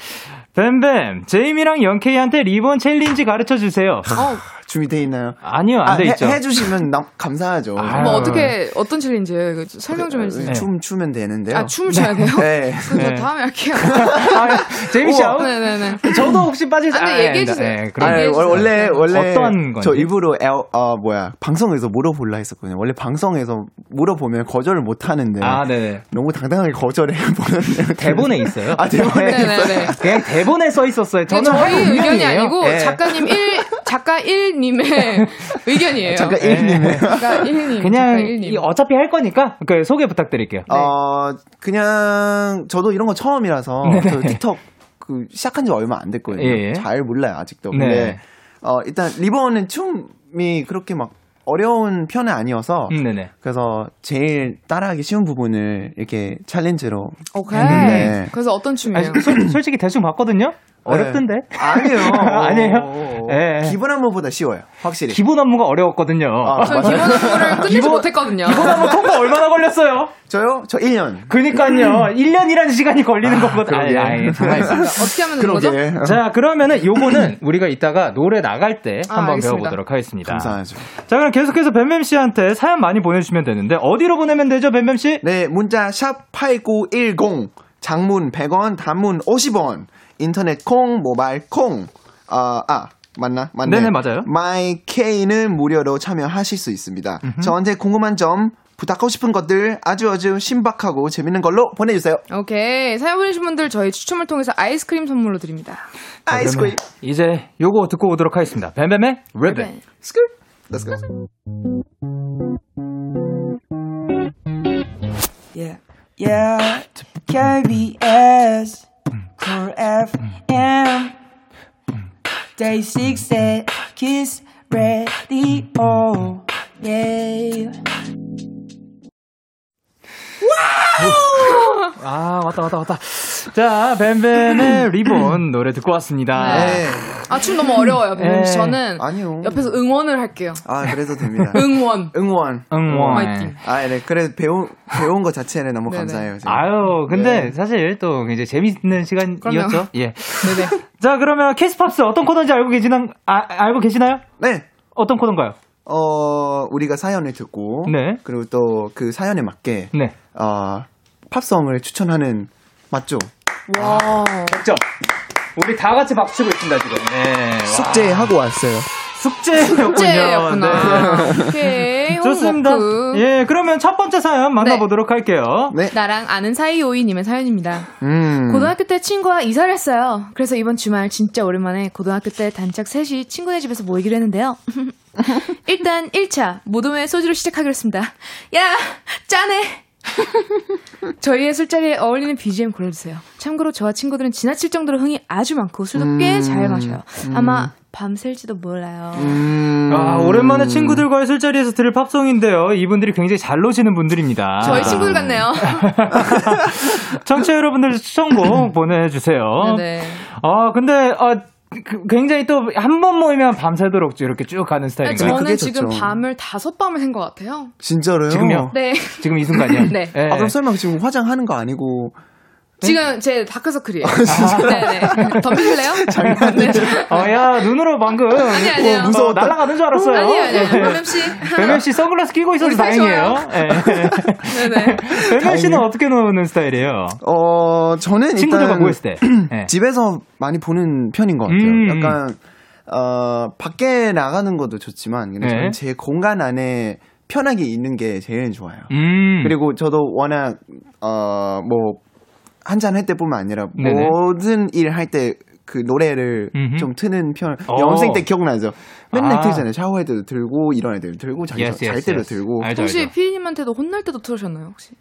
뱀뱀 제임이랑 영케이한테 리본 챌린지 가르쳐 주세요. 어. 준비돼 있나요? 아니요 안 아, 돼 해, 있죠. 해주시면 나- 감사하죠. 아, 그, 어, 뭐 어떻게 어떤 챌린지예요? 이거 좀 설명 좀 해주세요. 춤 추면 되는데요. 아 춤을 춰야 돼요? 네. 그럼 저 네. 다음에 할게요. 아, 제임 씨 아웃. 네네네. 저도 혹시 빠질 수 아, 네, 예, 네, 얘기해 주세요. 네, 그럼 아니, 얘기해 주세요. 원래 원래 어떤 건지? 저 일부러 에, 어, 뭐야 방송에서 물어볼라 했었거든요. 원래 방송에서 물어보면 거절을 못 하는데 아 네네 너무 당당하게 거절해 보는 대본에 있어요. 아 대본에 있어요. 네네네. 그냥 대본에 써 있었어요. 근데 저는 할 저희 운명이에요. 네. 의견이 아니고 예. 작가님 1 작가 1님의 의견이에요. 네. 잠깐 일님의 작가 1님. 작가 그냥 1님. 이 어차피 할 거니까 그 소개 부탁드릴게요. 어 네. 그냥 저도 이런 거 처음이라서 저 틱톡 그 시작한 지 얼마 안 됐거든요. 예. 잘 몰라요 아직도. 네. 근데 어 일단 리본은 춤이 그렇게 막 어려운 편은 아니어서 음, 네네. 그래서 제일 따라하기 쉬운 부분을 이렇게 챌린지로 오케이. 네. 그래서 어떤 아니, 춤이에요? 솔- 솔직히 대충 봤거든요. 어렵던데. 네. 아니에요. 어, 아니에요? 예. 기본 안무보다 쉬워요. 확실히. 기본 안무가 어려웠거든요. 아, 저 기본 안무를 끝내지 못했거든요. 기본 안무 통과 얼마나 걸렸어요? 저요? 저 1년. 그니까요. 1년이라는 시간이 걸리는 것보다. 아니, 그러게. 아니, 그러니까 가만있어. 어떻게 하면 되는 거죠? 예, 그러게. 예, 아, 자, 그러면은 요거는 우리가 이따가 노래 나갈 때 아, 한번 알겠습니다. 배워보도록 하겠습니다. 감사하죠. 자, 그럼 계속해서 뱀뱀 씨한테 사연 많이 보내주시면 되는데, 어디로 보내면 되죠, 뱀뱀 씨? 네, 문자 샵8910 장문 100원, 단문 50원. 인터넷 콩, 모바일 콩. 아, 아. 맞나? 맞네. 네네, 맞아요. 마이케이는 무료로 참여하실 수 있습니다. 저한테 궁금한 점, 부탁하고 싶은 것들 아주 아주 신박하고 재밌는 걸로 보내주세요. 오케이. 사연 보내신 분들 저희 추첨을 통해서 아이스크림 선물로 드립니다. 아이스크림. 이제 요거 듣고 오도록 하겠습니다. 네. 뱀뱀의 레벨. 스크. Let's go. Yeah, yeah. KBS, Core FM, Day 6 의 Kiss Radio. Yeah. 아, 왔다, 왔다, 왔다. 자, 뱀뱀의 리본 노래 듣고 왔습니다. 네. 아, 춤 너무 어려워요. 뱀뱀 씨. 예. 저는 아니요. 옆에서 응원을 할게요. 아, 그래도 됩니다. 응원. 응원. 응원. 어, 화이팅. 아, 네. 그래 배운 배운 것 자체는 너무 네네. 감사해요. 지금. 아유, 근데 사실 또 굉장히 재밌는 시간이었죠. 예. 그럼요. 예. 네네. 자, 그러면 캐스팝스 어떤 코너인지 알고 계시나, 아, 알고 계시나요? 네. 어떤 코너인가요? 어, 우리가 사연을 듣고 네. 그리고 또 그 사연에 맞게 네. 어, 팝송을 추천하는 맞죠? 아. 와. 점. 우리 다 같이 박수치고 있습니다, 지금. 네. 숙제하고 왔어요. 숙제였군요. 네. 축제였구나. 오케이. 홍 좋습니다. 목표. 예, 그러면 첫 번째 네. 사연 만나보도록 할게요. 네. 나랑 아는 사이 오이님의 사연입니다. 음. 고등학교 때 친구와 이사를 했어요. 그래서 이번 주말 진짜 오랜만에 고등학교 때 단짝 셋이 친구네 집에서 모이기로 했는데요. 일단 1차 모둠의 소주로 시작하기로 했습니다. 야 짠해. 저희의 술자리에 어울리는 BGM 음. 골라주세요. 참고로 저와 친구들은 지나칠 정도로 흥이 아주 많고 술도 꽤 잘 마셔요. 아마 밤샐지도 몰라요. 음. 아, 오랜만에 친구들과의 술자리에서 들을 팝송인데요. 이분들이 굉장히 잘 노시는 분들입니다. 저희 친구들 같네요. 아. 청취자 여러분들 추천곡 보내주세요. 네. 아, 근데, 아, 그- 굉장히 또 한 번 모이면 밤새도록 이렇게 쭉 가는 네. 스타일인가요? 그게 저는 지금 좋죠. 밤을 다섯 밤을 샌 것 같아요. 진짜로요? 지금요? 네. 지금 이 순간이요? 네. 예. 아 그럼 설마 지금 화장하는 거 아니고 지금 제 다크서클이에요. 네네. 덤비실래요? 네. 어, 야, 눈으로 방금. 뭐 아니, 아니에요. 무서 날아가는 줄 알았어요. 아니에요, 아니에요. 예. 뱀뱀 씨. 뱀뱀 씨 선글라스 끼고 있어서 우리 사이 다행이에요. 좋아요. 예. 네네. 뱀뱀 씨는 어떻게 노는 스타일이에요? 어 저는 친구들과 일단 모였을 때. 예. 집에서 많이 보는 편인 것 같아요. 음. 약간 어 밖에 나가는 것도 좋지만 네. 그냥 저는 제 공간 안에 편하게 있는 게 제일 좋아요. 음. 그리고 저도 워낙 어뭐 한잔 할 때뿐만 아니라 네네. 모든 일 할 때 그 노래를 음흠. 좀 트는 편. 어. 연생 때 기억나죠? 맨날 아. 틀잖아요. 샤워할 때도 들고 일어날 때도 들고 자기 Yes, 잘 yes, 때도 yes. 들고. 알죠, 혹시 알죠. 피디님한테도 혼날 때도 틀으셨나요, 혹시?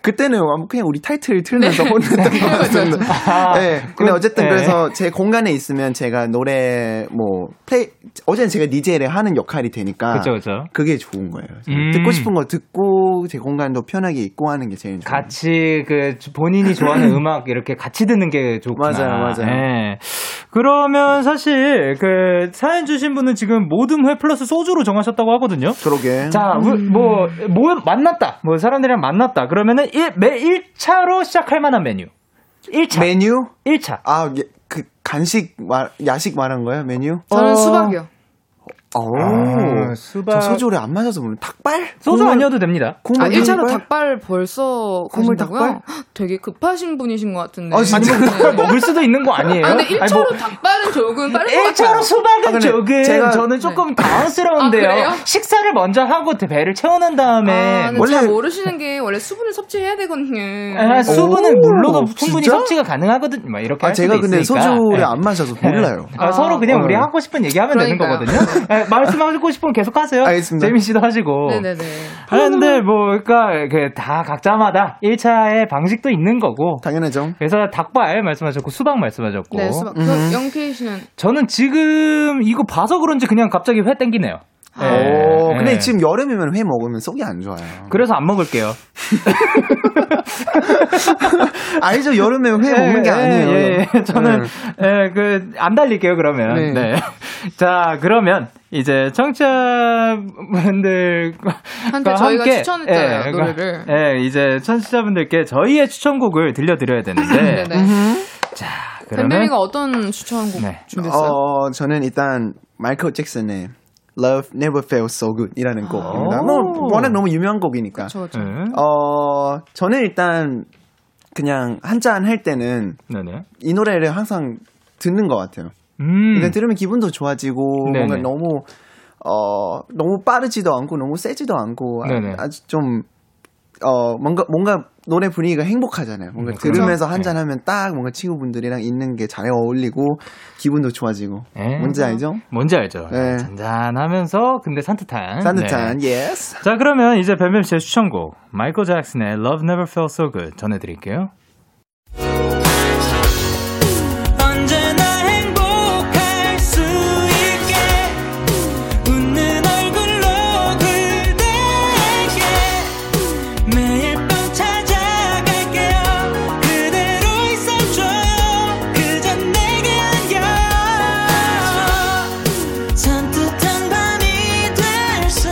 그때는 아마 그냥 우리 타이틀 틀면서 혼냈던 것 같은데. 그렇죠, 아, 네, 근데 그건- 어쨌든 예. 그래서 제 공간에 있으면 제가 노래 뭐 플레이 어제는 제가 DJ를 하는 역할이 되니까 그쵸, 그쵸. 게 좋은 거예요. 음. 듣고 싶은 거 듣고 제 공간도 편하게 있고 하는 게 제일 좋아요. 같이 그 본인이 좋아하는 음악 이렇게 같이 듣는 게 좋구나. 맞아요, 맞아요. 예. 그러면 사실 그 사연 주신 분은 지금 모든 회 플러스 소주로 정하셨다고 하거든요. 그러게. 자, 우- 뭐, 뭐, 만났다. 뭐, 사람들이랑 만났다. 그러면은, 일, 매, 1차로 시작할 만한 메뉴. 1차. 메뉴? 1차. 아, 예, 그 간식 말 야식 말한 거예요, 메뉴? 저는 수박이요. 오. 아, 수박. 저 소주를 안 맞아서 모르는 닭발? 소주 국물- 아니어도 됩니다. 국물 아, 1차로 닭발? 닭발 벌써 국물 가신다고요? 닭발? 헉, 되게 급하신 분이신 것 같은데. 아, 진짜? 네. 그걸 먹을 수도 있는 거 아니에요? 아, 근데 1차로 뭐, 닭발은 조금 빠른 것 1차로 같아요. 아, 네, 수박은 근데 조금, 제가- 네. 저는 조금 당황스러운데요. 아, 그래요? 식사를 먼저 하고 그 배를 채워낸 아, 다음에, 근데 뭐- 잘 원래- 모르시는 게 원래 수분을 섭취해야 되거든요. 아, 수분은 오, 물로도 충분히 진짜? 섭취가 가능하거든요. 막 이렇게 아, 할 제가 수도 근데 있으니까. 소주를 예. 안 마셔서 몰라요. 아, 서로 그냥 어. 우리 하고 싶은 얘기 하면 되는 그러니까요. 거거든요. 예, 말씀하고 싶으면 계속 하세요. 알겠습니다. 재민 씨도 하시고. 네네네. 아, 근데 뭐, 그니까, 그, 다 각자마다 1차의 방식도 있는 거고. 당연하죠. 그래서 닭발 말씀하셨고, 수박 말씀하셨고. 네, 수박. 그 영케이 씨는 저는 지금 이거 봐서 그런지 그냥 갑자기 회 땡기네요. 예, 오, 근데 예. 지금 여름이면 회 먹으면 속이 안 좋아요. 그래서 안 먹을게요. 알죠? 여름에 회 예, 먹는 게 예, 아니에요. 예, 예. 저는, 네. 예, 그, 안 달릴게요, 그러면. 네. 네. 자, 그러면, 이제, 청취자분들과. 한테 저희가 추천했잖아요, 노래를. 예, 이제, 청취자분들께 저희의 추천곡을 들려드려야 되는데. 네네. 그러면. 뱀뱀이가 어떤 추천곡 네. 준비했어요? 어, 저는 일단 마이클 잭슨의 Love Never Felt So Good 이라는 곡입니다. 오. 너무, 워낙 너무 유명한 곡이니까. 저, 저. 예. 어, 저는 일단 그냥 한잔 할 때는 네네. 이 노래를 항상 듣는 것 같아요. 음. 일단 들으면 기분도 좋아지고 네네. 뭔가 너무 어 너무 빠르지도 않고 너무 세지도 않고 네네. 아, 주 좀 어 뭔가 뭔가 노래 분위기가 행복하잖아요. 뭔가 음, 그렇죠. 들으면서 한잔 하면 딱 뭔가 친구분들이랑 있는 게 잘 어울리고 기분도 좋아지고 예. 뭔지 알죠? 뭔지 알죠? 네. 잔잔하면서 근데 산뜻한. 산뜻한 네. 예스. 자 그러면 이제 뱀뱀 씨의 추천곡 마이클 잭슨의 Love Never Felt So Good 전해드릴게요. 언제나 행복할 수 있게 웃는 얼굴로 그대에게 매일 밤 찾아갈게요 그대로 있어줘요 그저 내게 안겨 산뜻한 밤이 될 수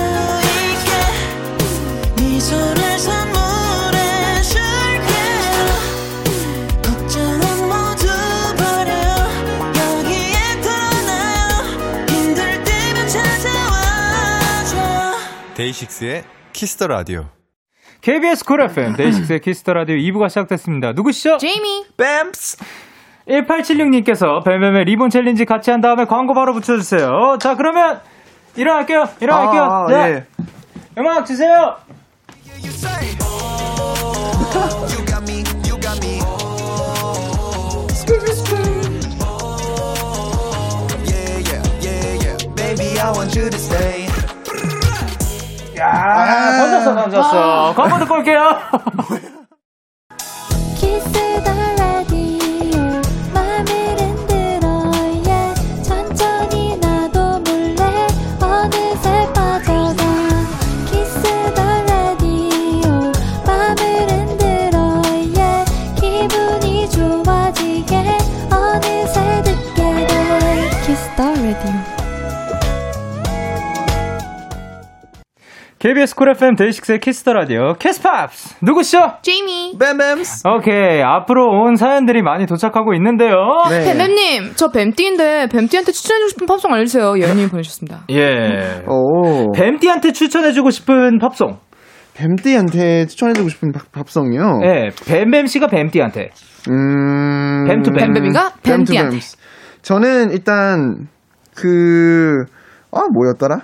있게 미소를 선물해 줄게요 걱정은 모두 버려 여기에 털어놔요 힘들 때면 찾아와줘 데이식스의 키스터 라디오. KBS 쿨 FM 데이식스의 키스터 라디오 2부가 시작됐습니다. 누구시죠? 제이미! 뱀스. 1876님께서 뱀뱀의 리본 챌린지 같이 한 다음에 광고 바로 붙여주세요. 자 그러면 일어날게요. 일어날게요. 아, 네. 예. 음악 주세요. 예. 야, 던졌어, 던졌어. 광고 듣고 올게요. 키스 더 라디오 마음을 흔들어요 KBS 쿨 FM 데이식스의 키스터 라디오 캐스팝스 누구시죠? 제이미. 뱀뱀스. 오케이 앞으로 온 사연들이 많이 도착하고 있는데요. 네. 뱀뱀님, 저 뱀띠인데 뱀띠한테 추천해주고 싶은 팝송 알려주세요. 네. 연님 보내주셨습니다. 예. 어. 오. 뱀띠한테 추천해주고 싶은 팝송. 어. 뱀띠한테 추천해주고 싶은 밥- 밥성이요. 예. 뱀뱀 씨가 뱀띠한테. 음. 그 뱀 투 뱀. 뱀뱀인가? 뱀 투 뱀띠한테. 뱀스. 저는 일단 그. 아 뭐였더라?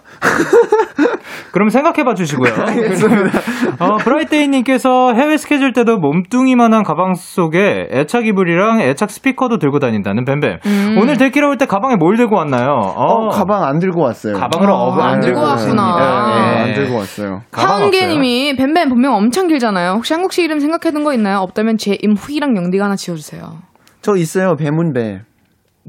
그럼 생각해봐 주시고요. 알겠습니다. 어, 브라이트데이님께서 해외 스케줄 때도 몸뚱이만한 가방 속에 애착 이불이랑 애착 스피커도 들고 다닌다는 뱀뱀. 음. 오늘 데키러 올 때 가방에 뭘 들고 왔나요? 어, 가방 안 들고 왔어요. 가방으로 아, 업을 네. 안 들고 왔습니다. 왔구나. 예, 예. 안 들고 왔어요. 가방 없어요? 하은개님이 뱀뱀 본명 엄청 길잖아요. 혹시 한국식 이름 생각해둔 거 있나요? 없다면 제 임후이랑 영디가 하나 지어주세요. 저 있어요. 배문배.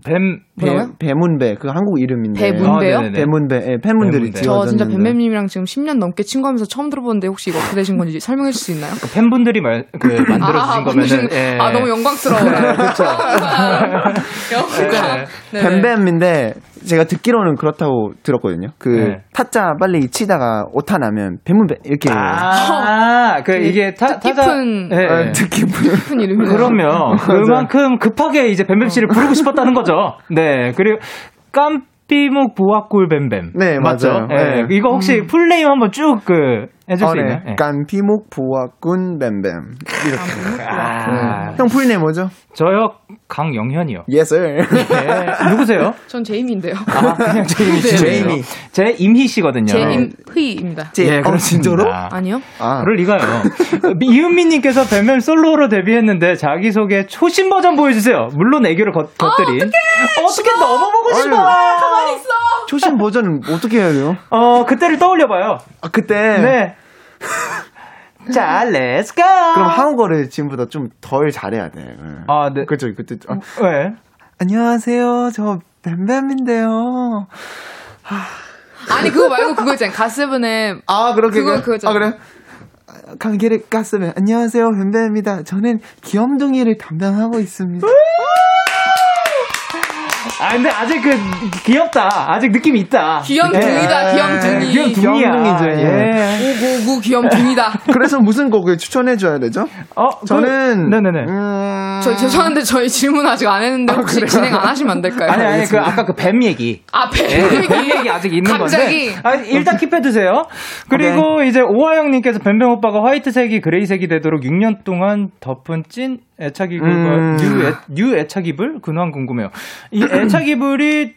뱀. 뭐라고요? 배, 문배그 한국 이름인데. 배문- 아, 뭔데요? 네네네. 네. 배문배. 예, 팬분들이 배문배. 저 진짜 지어줬는데. 뱀뱀님이랑 지금 10년 넘게 친구하면서 처음 들어보는데 혹시 이거 어떻게 되신 건지 설명해 주실 수 있나요? 그 팬분들이 말, 그, 만들어주신 아, 거면은. 예. 만드신- 아 너무 영광스러워요. 그렇죠. 영광. 네. 뱀뱀인데 제가 듣기로는 그렇다고 들었거든요. 그 네. 타짜 빨리 치다가 오타 나면 뱀문배 이렇게 아, 어. 그, 이게 타, 뜻깊은- 타자. 예, 어, 네. 예. 듣기 예쁜 이름이네요. 그럼요. 그만큼 급하게 이제 뱀뱀 씨를 부르고 싶었다는 거죠. 네. 그리고 깜비목 보아꿀 뱀뱀. 네, 맞아요. 예, 네. 아, 이거 혹시 풀네임 한번 쭉 그, 해줄 수 있나요? 예. 어, 깐피목 보아꾼 뱀뱀 이렇게. 아, 형 풀네 뭐죠? 저요, 강영현이요. Yes sir. 네. 누구세요? 전 제임인데요. 아, 그냥 제이미 씨. 제이미. 제 임희 씨거든요. 제임후이입니다. 제- 예, 어, 그렇습니다. 진짜로? 아니요. 아, 그럴 리가요. 이은미님께서 뱀뱀 솔로로 데뷔했는데 자기 소개 초심 버전 보여주세요. 물론 애교를 겉, 겉들인. 아, 어떻게 넘어보고 싶어? 어휴. 아, 가만히 있어. 초심 버전은 어떻게 해야 돼요? 어 그때를 떠올려봐요. 아 그때 네. 자, 렛츠 고. 그럼 한국어를 지금보다 좀 덜 잘해야 돼. 예. 아, 네. 그렇죠. 그때 아, 왜? 안녕하세요. 저 뱀뱀인데요. 아니 그거 말고 그거 있잖아요. 가세븐의 아 그렇게 그냥- 그건 그거잖아. 아 그래? 강기를 깠으면 안녕하세요 뱀뱀입니다. 저는 귀염둥이를 담당하고 있습니다. 아, 근데 아직 그 귀엽다. 아직 느낌이 있다. 귀염둥이다. 네, 귀염둥이. 귀염둥이야. 귀염둥이죠, 예. 오고구 귀염둥이다. 그래서 무슨 곡을 추천해줘야 되죠? 어, 그- 저는 네네네. 아. 음... 저 죄송한데 저희 질문 아직 안 했는데 혹시 진행 안 하시면 안 될까요? 아니 아니 그 아까 그 뱀 얘기. 앞에 예, 뱀 얘기 아직 있는 네. 갑자기. 건데. 아, 일단 킵해 두세요. 그리고 이제 오하영님께서 뱀뱀 오빠가 화이트색이 그레이색이 되도록 6년 동안 덮은 찐 애착 이불과 그 음. 뉴, 애, 뉴 애착 이불 근황 궁금해요. 이 애착 이불이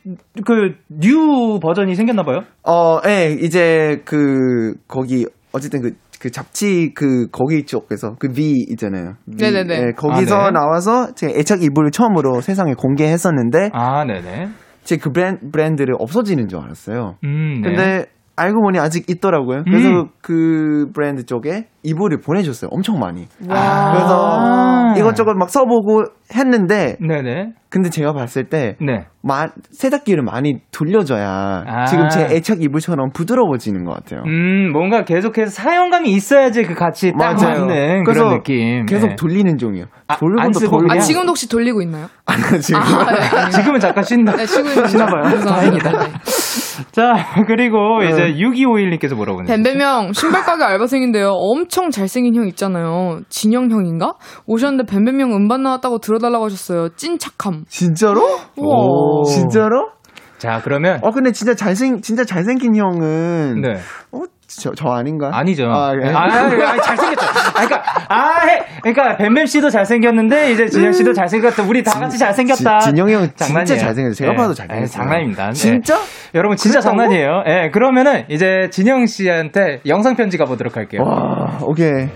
그 뉴 버전이 생겼나 봐요. 어, 예, 이제 그 거기 어쨌든 그, 그 잡지 그 거기 쪽에서 그 V 있잖아요. V. 네네네. 예, 거기서 아, 네. 나와서 제 애착 이불을 처음으로 세상에 공개했었는데 아, 네네. 제 그 브랜, 브랜드를 없어지는 줄 알았어요. 음, 네. 근데 알고 보니 아직 있더라고요. 그래서 음. 그 브랜드 쪽에 이불을 보내줬어요. 엄청 많이. 와. 아. 음. 그래서 이것저것 막 써보고 했는데 네네. 근데 제가 봤을 때 네. 마, 세탁기를 많이 돌려줘야 아. 지금 제 애착 이불처럼 부드러워지는 것 같아요. 음, 뭔가 계속해서 사용감이 있어야지 그 같이 딱 맞는 그래서 그런 느낌. 계속 예. 돌리고 돌리는 종이에요. 아, 돌고 안 또 쓰고 돌고. 아 그냥? 지금도 혹시 돌리고 있나요? 아, 지금. 아, 지금은 잠깐 쉰다. 네, 쉬고 있는 네. 쉬나봐요. 다행이다. 자, 어. 그리고 이제 6251님께서 물어보는. 뱀뱀 형 신발 가게 알바생인데요. 엄청 잘생긴 형 있잖아요. 진영 형인가? 오셨는데 뱀뱀 형 음반 나왔다고 들어달라고 하셨어요. 찐 착함. 진짜로? 오. 진짜로? 자, 그러면 어 근데 진짜 잘생 진짜 잘생긴 형은 네. 어저 저 아닌가? 아니죠. 아, 예. 아, 아니, 아니, 잘생겼죠. 아, 그러니까 아, 해, 그러니까 뱀뱀 씨도 잘생겼는데 이제 진영 씨도 잘생겼다. 우리 다 같이 잘생겼다. 음. 진- 진영이 형 진짜 장난이에요. 잘생겼어요. 제가 예. 봐도 잘생겼어요. 예, 장난입니다. 예. 진짜? 여러분 진짜 장난이에요. 예, 그러면은 이제 진영 씨한테 영상 편지 가보도록 할게요. 와 오케이.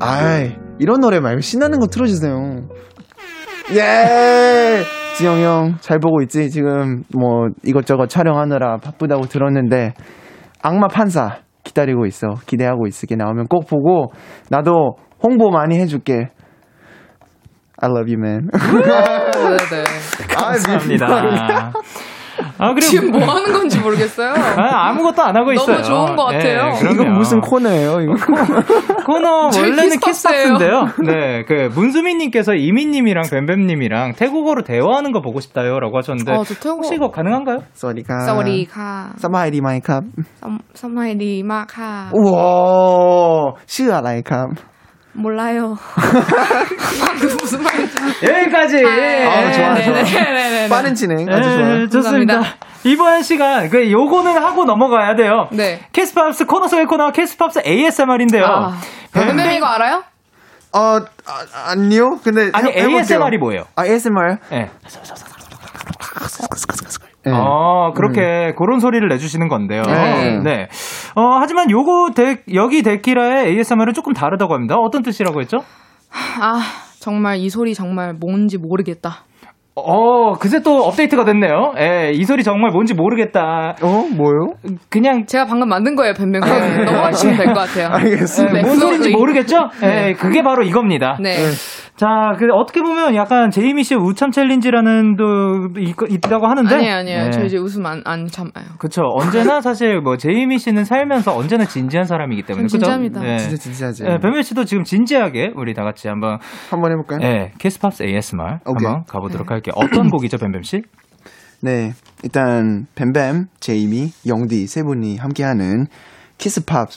아이 이런 노래 말고 신나는 거 틀어주세요. 예. 지영 형 잘 보고 있지? 지금 뭐 이것저것 촬영하느라 바쁘다고 들었는데 악마 판사 기다리고 있어. 기대하고 있을게. 나오면 꼭 보고 나도 홍보 많이 해줄게. I love you, man. 네네. 감사합니다. 아, 그래요? 지금 뭐 하는 건지 모르겠어요. 아, 아무것도 안 하고 너무 있어요. 좋은 것 같아요. 예, 그럼요. 이건 무슨 코너예요? 이거 코너 저희 원래는 키스박스예요. 키스박스인데요. 네, 그 문수민님께서 이민님이랑 뱀뱀님이랑 태국어로 대화하는 거 보고 싶다요라고 하셨는데 어, 저 태국어- 혹시 이거 가능한가요? 쏘리가 사와리카, 사마이리 마이캅 사마이리 마카, 우와 시아 라이캅 몰라요. 방금 그 무슨 말인지. 여기까지. 예. 네. 아, 좋아, 좋아. 네네네네. 빠른 진행 아주 좋아요. 네, 좋습니다. 감사합니다. 이번 시간 그 요거는 하고 넘어가야 돼요. 네. 캐스팝스 코너 속의 코너 캐스팝스 ASMR인데요. 아, 뱀뱀 이거 알아요? 어 아, 아니요 근데 아니 해- 해볼게요. ASMR이 뭐예요? 아 ASMR 예. 네. 어, 음. 그렇게 그런 소리를 내주시는 건데요. 네. 네. 어, 하지만 요거 데, 여기 데키라의 ASMR은 조금 다르다고 합니다. 어떤 뜻이라고 했죠? 아, 정말 이 소리 정말 뭔지 모르겠다. 어, 그새 또 업데이트가 됐네요. 예, 이 소리 정말 뭔지 모르겠다. 어 뭐요? 네. 그냥 제가 방금 만든 거예요, 뱀뱀. 그럼 넘어가시면 될 것 같아요. 예, 네. 알겠습니다. 네, 뭔 소리인지 플로우의- 모르겠죠? 예, 그게 바로 이겁니다. 네. 자, 그 어떻게 보면 약간 제이미 씨의 우참 챌린지라는 도 있, 있다고 하는데 아니에요, 아니에요. 네. 예. 저 이제 웃음 안, 안 참아요. 그쵸. 언제나 사실 뭐 제이미 씨는 살면서 언제나 진지한 사람이기 때문에. 전 진지합니다. 예. 진짜 진지하지. 예, 변민 씨도 지금 진지하게 우리 다 같이 한번 한번 해볼까요? 예, 키스팝스 ASMR 네? 오케이. 한번 가보도록 할게요. 어떤 곡이죠, 뱀뱀 씨? 네, 일단 뱀뱀, 제이미, 영디 세 분이 함께하는 키스팝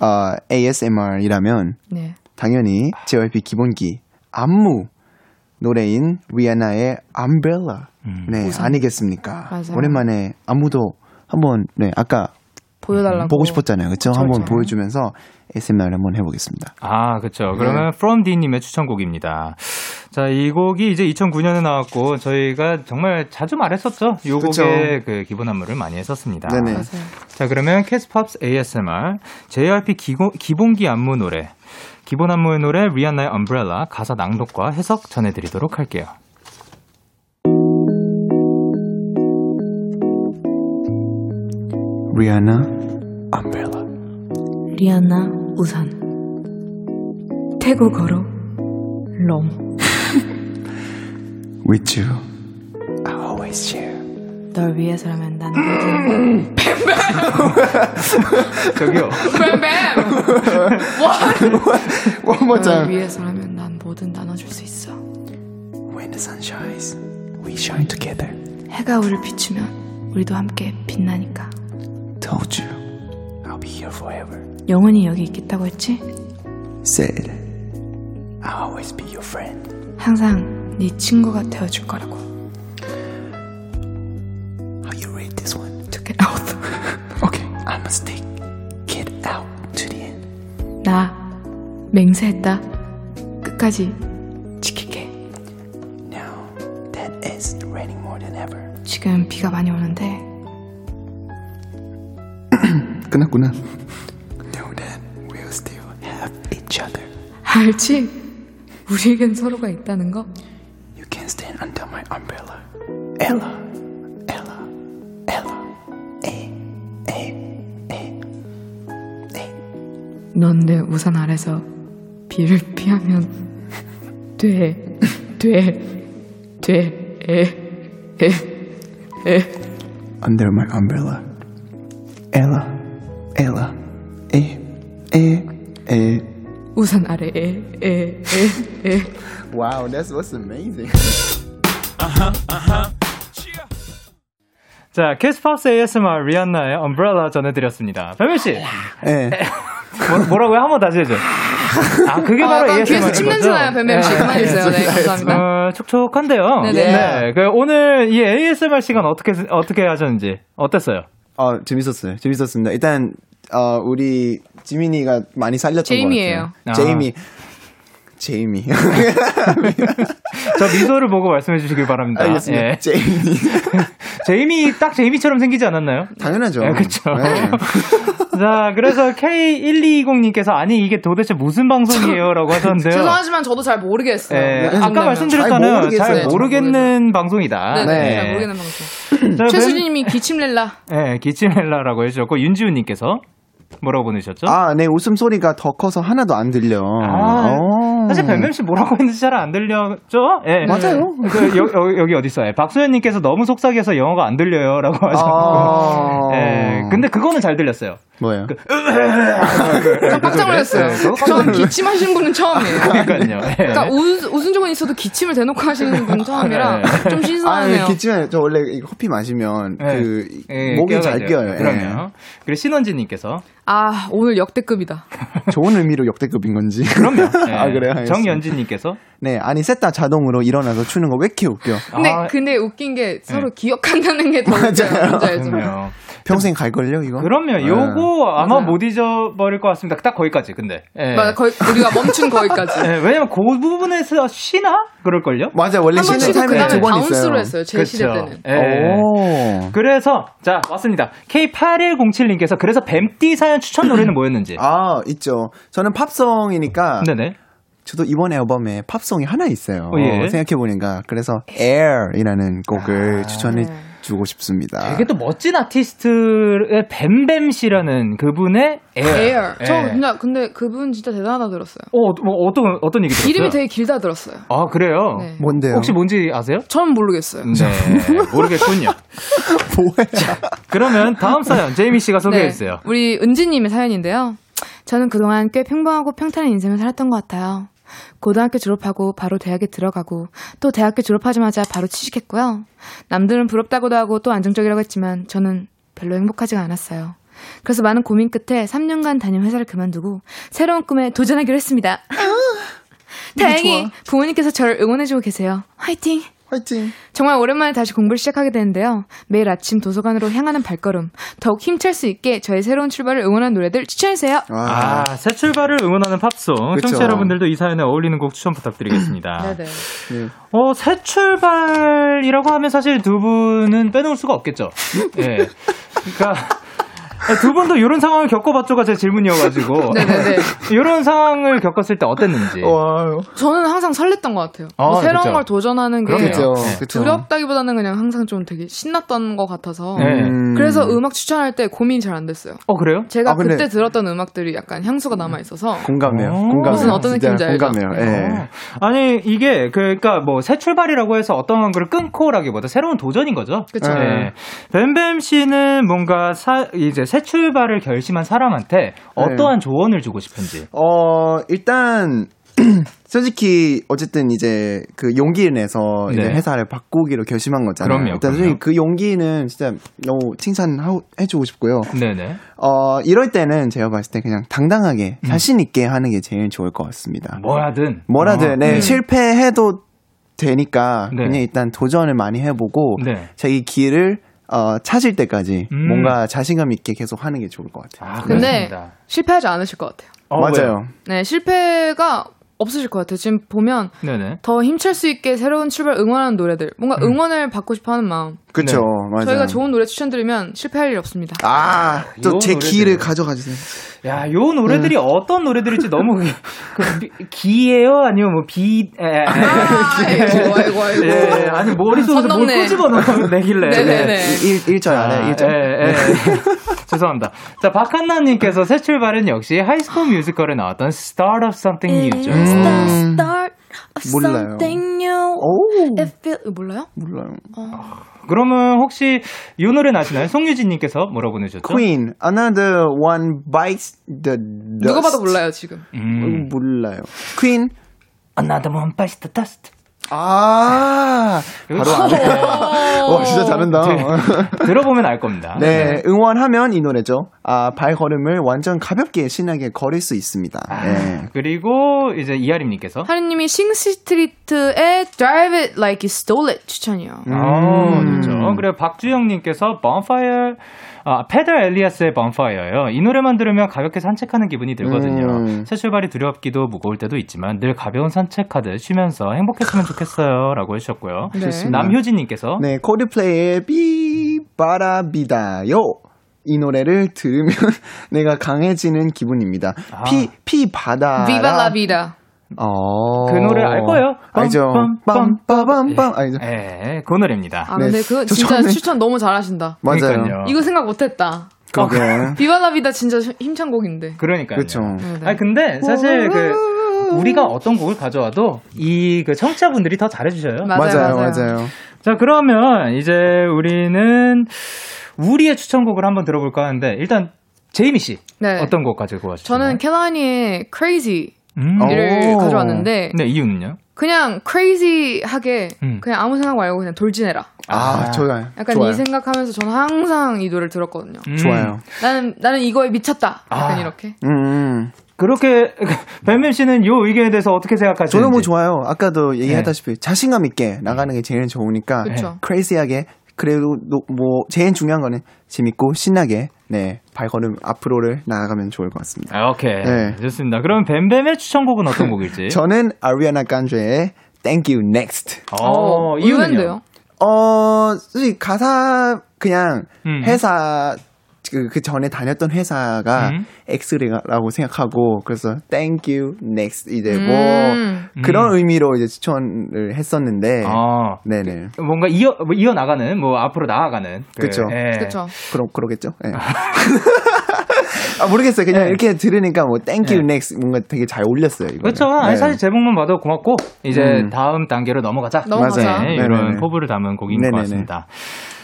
어, ASMR이라면 네. 당연히 JYP 기본기 안무 노래인 리아나의 Umbrella 음. 네 아니겠습니까? 맞아요. 오랜만에 안무도 한번 네 아까 보여달라고. 보고 싶었잖아요, 그렇죠? 한번 그렇죠. 보여주면서 ASMR 한번 해보겠습니다. 아, 그쵸. 그러면 From D님의 추천곡입니다. 자, 이 곡이 이제 2009년에 나왔고 저희가 정말 자주 말했었죠. 이 그쵸. 곡의 그 기본 안무를 많이 했었습니다. 네네. 맞아요. 자 그러면 캐스팝스 ASMR JYP 기고, 기본기 안무 노래 기본 안무의 노래 리안나의 Umbrella 가사 낭독과 해석 전해드리도록 할게요. 리아나 Umbrella 리아나 우산. 태국어로 롬. with you, I always here. 널 위해서라면 난 뭐든. 저기요. 음, 뱀뱀! One more 널 time. 위해서라면 난 뭐든 나눠줄 수 있어. When the sun shines, we shine together. 해가 우리를 비추면 우리도 함께 빛나니까. Told you, I'll be here forever. 영원히 여기 있겠다고 했지? Said, I'll always be your friend. 항상 네 친구가 되어줄 거라고. How you rate this one? To get out. Okay, I'm a stick. Get out to the end. 나 맹세했다. 끝까지 지킬게. Now, that is raining more than ever. 지금 비가 많이 오는데 끝났구나. Know that we'll still have each other. 알지? 우리에겐 서로가 있다는 거. You can stand under my umbrella. Ella, Ella, Ella. 넌 내 우산 아래서 비를 피하면 돼, 돼, 돼, 에, 에. Under my umbrella. Ella, Ella. Eh, eh, eh. 우산 아래 에, 에, 에, 에. Wow, that's what's amazing. 자 캐스팝스 ASMR 리안나의 Umbrella 전해드렸습니다. 별별 씨 예. 뭐, 라고요 한 번 다시 해줘. 아 그게 바로 약간 ASMR인 뒤에서 거죠. 예. 침 냄새 나요, 뱀뱀 씨. 그만해 주세요. 네, 감사합니다. 어, 촉촉한데요. 네네. 네, 그 오늘 이 ASMR 시간 어떻게 어떻게 하셨는지 어땠어요? 어, 재밌었어요. 재밌었습니다. 일단 어, 우리 지민이가 많이 살렸던 제이미예요. 것 같아요. 제이미. 제이미. 저 미소를 보고 말씀해 주시길 바랍니다. 알겠습니다. 예. 제이미. 제이미 딱 제이미처럼 생기지 않았나요? 당연하죠. 예, 그쵸. 네. 자, 그래서 K1220님께서 아니 이게 도대체 무슨 방송이에요라고 하셨는데요. 죄송하지만 저도 잘 모르겠어요. 예, 아까 네, 죄송해요. 잘 말씀드렸다는 모르겠어요. 잘 네, 모르겠는 방송이다. 예. 네, 네, 네. 잘 모르겠는 방송. 자, 최수진님이 기침렐라. 뱀- 예, 기침헬라라고 해주셨고 윤지훈님께서 뭐라고 보내셨죠? 아, 네, 웃음소리가 더 커서 하나도 안 들려. 아, 오. 사실 별명 씨 뭐라고 했는지 잘 안 들렸죠? 예. 맞아요. 그 여, 여, 여기 어디 있어요? 박소연님께서 너무 속삭여서 영어가 안 아. 들려요라고 하셨고. 예. 근데 그 그거는 잘 들렸어요. 뭐예요? 그 저 깜짝 놀랐어요. 전 기침하시는 분은 처음이에요. 그러니까요. 예. 그러니까 웃, 웃은 적은 있어도 기침을 대놓고 하시는 분 처음이라 네. 좀 아니 신선하네요. 기침에 저 원래 이거 커피 마시면 예. 그 예, 목이 잘 끼어가지고. 껴요. 예. 그럼요. 그리고 신원진님께서 아 오늘 역대급이다. 좋은 의미로 역대급인 건지. 그럼요. 아, 예. 그래요? 알겠습니다. 정연진님께서 네, 아니 셋 다 자동으로 일어나서 추는 거 왜 이렇게 웃겨? 근데 아, 근데 웃긴 게 서로 기억한다는 게 더 웃겨요. 뭔지 알죠? 그럼요. 네. 평생 갈 걸요 이거? 그럼요. 예. 요거 아마 맞아요. 못 잊어버릴 것 같습니다. 딱 거기까지. 근데. 예. 맞아, 거의, 우리가 멈춘 거기까지. 예, 왜냐면 그 부분에서 쉬나 그럴걸요. 맞아요. 원래 한 번 시즌 쉬고 그 타이밍에 다음에 두번 있어요. 바운스로 했어요. 제 시대 그쵸. 때는. 예. 오. 그래서 자 왔습니다. K8107님께서 그래서 뱀띠 사연 추천 노래는 뭐였는지. 아 있죠. 저는 팝송이니까 네네. 저도 이번 앨범에 팝송이 하나 있어요. 어, 예. 생각해 보니까 그래서 Air이라는 곡을 추천해 주고 싶습니다. 되게 또 멋진 아티스트의 뱀뱀 씨라는 그분의 에어. 에어. 저 진짜 근데 그분 진짜 대단하다 들었어요. 어, 뭐 어떤 어떤 얘기 들었어요? 이름이 되게 길다 들었어요. 아 그래요. 네. 뭔데요? 혹시 뭔지 아세요? 저는 모르겠어요. 네 모르겠군요. 뭐야? 그러면 다음 사연 제이미 씨가 네. 소개해 네. 주세요. 우리 은지님의 사연인데요. 저는 그동안 꽤 평범하고 평탄한 인생을 살았던 것 같아요. 고등학교 졸업하고 바로 대학에 들어가고 또 대학교 졸업하자마자 바로 취직했고요. 남들은 부럽다고도 하고 또 안정적이라고 했지만 저는 별로 행복하지가 않았어요. 그래서 많은 고민 끝에 3년간 다닌 회사를 그만두고 새로운 꿈에 도전하기로 했습니다. 다행히 부모님께서 저를 응원해주고 계세요. 화이팅! 화이팅. 정말 오랜만에 다시 공부를 시작하게 되는데요. 매일 아침 도서관으로 향하는 발걸음, 더욱 힘찰 수 있게 저의 새로운 출발을 응원한 노래들 추천해주세요. 와. 아, 새 출발을 응원하는 팝송. 그쵸. 청취자 여러분들도 이 사연에 어울리는 곡 추천 부탁드리겠습니다. 네네. 네. 어, 새 출발이라고 하면 사실 두 분은 빼놓을 수가 없겠죠. 예. 그러니까 두 분도 이런 상황을 겪어봤죠가 제 질문이어가지고 네네네. 이런 상황을 겪었을 때 예. 어땠는지. 와요. 저는 항상 설렜던 것 같아요. 아, 뭐 새로운 그쵸. 걸 도전하는 게 그럼요. 그죠. 그렇죠. 네. 그죠. 두렵다기보다는 그냥 항상 좀 되게 신났던 것 같아서. 네. 음. 그래서 음악 추천할 때 고민이 잘 안 됐어요. 어 그래요? 제가 아, 근데- 그때 들었던 음악들이 약간 향수가 남아 있어서 공감해요. 어. 공감해요. 무슨 어떤 진짜 느낌인지 알죠? 공감해요. 예. 어. 아니 이게 그러니까 뭐 새 출발이라고 해서 어떤 걸 끊고라기보다 새로운 도전인 거죠. 그쵸. 네. 뱀뱀 씨는 뭔가 사- 이제 새 출발을 결심한 사람한테 어떠한 조언을 주고 싶은지. 어, 일단 솔직히 어쨌든 이제 그 용기를 내서 이제 네. 회사를 바꾸기로 결심한 거잖아요. 그럼요, 일단 그럼요. 솔직히 그 용기는 진짜 너무 칭찬해 주고 싶고요. 네네. 어, 이럴 때는 제가 봤을 때 그냥 당당하게 자신 있게 하는 게 제일 좋을 것 같습니다. 음. 뭐라든. 아, 뭐라든 네, 실패해도 되니까 네. 그냥 일단 도전을 많이 해보고 네. 자기 길을 어, 찾을 때까지 음. 뭔가 자신감 있게 계속 하는 게 좋을 것 같아요. 네. 아, 근데 그렇습니다. 실패하지 않으실 것 같아요. 어, 왜요? 맞아요. 네, 실패가 없으실 것 같아요. 지금 보면 네네. 더 힘찰 수 있게 새로운 출발 응원하는 노래들, 뭔가 응원을 받고 싶어하는 마음. 그쵸. 음. 네. 맞아요. 저희가 좋은 노래 추천드리면 실패할 일 없습니다. 아, 요 또 제 노래들. 기를 가져가 주세요. 야, 요 네. 노래들이 어떤 노래들일지 너무 그, 그 기예요? 아니면 뭐 비? 에, 에, 아, 네. 아이고 아이고 아이고. 예, 아니 선 머릿속에서 뭘 넘네. 끄집어 넣어내길래. 뭐. 네네. 네네. 1, 일절 아, 안에 일절 예, 예. 죄송합니다. 자, 박한나님께서 새 출발은 역시 하이스쿨 뮤지컬에 나왔던 Start of Something It is New죠. 음. the start of 몰라요. 어. something new. 오, It feel- 몰라요? 몰라요. 그러면 혹시 이 노래는 아시나요? 송유진님께서 뭐라 보내셨죠? Queen, another one bites the dust. 누가 봐도 몰라요 지금. 음. 음, 몰라요. Queen. Another one bites the dust. 아, 바로 알아요. 어, 와, 진짜 잘한다. 들어보면 알 겁니다. 네, 응원하면 이 노래죠. 아, 발걸음을 완전 가볍게 신나게 걸을 수 있습니다. 아. 예. 그리고 이제 이하림님께서 하느님이 싱스트리트의 Drive It Like You Stole It 추천이요. 음. 아, 그렇죠. 그리고 박주영님께서 Bonfire, 아, 페더 엘리아스의 Bonfire요. 이 노래만 들으면 가볍게 산책하는 기분이 들거든요. 음. 새 출발이 두렵기도 무거울 때도 있지만 늘 가벼운 산책하듯 쉬면서 행복했으면 좋겠어요. 라고 해주셨고요. 좋습니다. 남효진님께서 네, 코드플레이의 비바라비다요. 이 노래를 들으면 내가 강해지는 기분입니다. 아. 피, 피 바다. 비발라비다. 어. 그 노래 알 거예요. 알죠. 빰, 빰빰빰빰. 아, 알죠. 예, 그 노래입니다. 아 네. 근데 그거 저 진짜 처음에- 어. 추천 너무 잘하신다. 맞아요. 그러니까요. 어. 이거 생각 못했다. 그게. 비발라비다 진짜 힘찬 곡인데. 그러니까요. 음. 그렇죠. 네, 네. 아 근데 사실 그 우리가 어떤 곡을 가져와도 이 그 청취자분들이 더 잘해주셔요. 맞아요, 맞아요. 자, 그러면 이제 우리는 우리의 추천곡을 한번 들어볼까 하는데 일단 제이미 씨 네. 어떤 곡 가지고 와주셨어요? 음. 저는 켈라니의 Crazy를 어. 오. 가져왔는데 네, 이유는요? 그냥 crazy하게 음. 그냥 아무 생각 말고 그냥 돌진해라. 아, 좋아요. 약간 좋아요. 이 생각하면서 저는 항상 이 노래를 들었거든요. 음. 좋아요. 나는 나는 이거에 미쳤다. 약간 이렇게. 음. 그렇게 뱀뱀 씨는 요 의견에 대해서 어떻게 생각하시는지? 저는 뭐 좋아요. 아까도 네. 얘기했다시피 자신감 있게 나가는 게 제일 좋으니까 그쵸. 크레이지하게 그래도 노- 뭐 제일 중요한 거는 재밌고 신나게 네 발걸음 앞으로를 나아가면 좋을 것 같습니다. 아, 오케이. 네. 좋습니다. 그럼 뱀뱀의 추천곡은 어떤 곡일지? 저는 아리아나 간주의 Thank You Next. 어, 이유는요? 어, 솔직히 가사 그냥 음. 회사 그, 그 전에 다녔던 회사가 음. 엑스라고 생각하고 그래서 Thank You Next 이 되고 음. 그런 의미로 이제 추천을 했었는데 아. 네네 뭔가 이어 이어 나가는 뭐 앞으로 나아가는 그, 그쵸 예. 그럼 그러겠죠 예. 아 모르겠어요 그냥 이렇게 들으니까 뭐 Thank You Next 뭔가 되게 잘 올렸어요 네. 이거 네. 그렇죠. 아니, 사실 제목만 봐도 고맙고 이제 다음 단계로 넘어가자. 넘어가자. 맞아요. 네, 네네네. 이런 포부를 담은 곡인 것 네네네. 같습니다.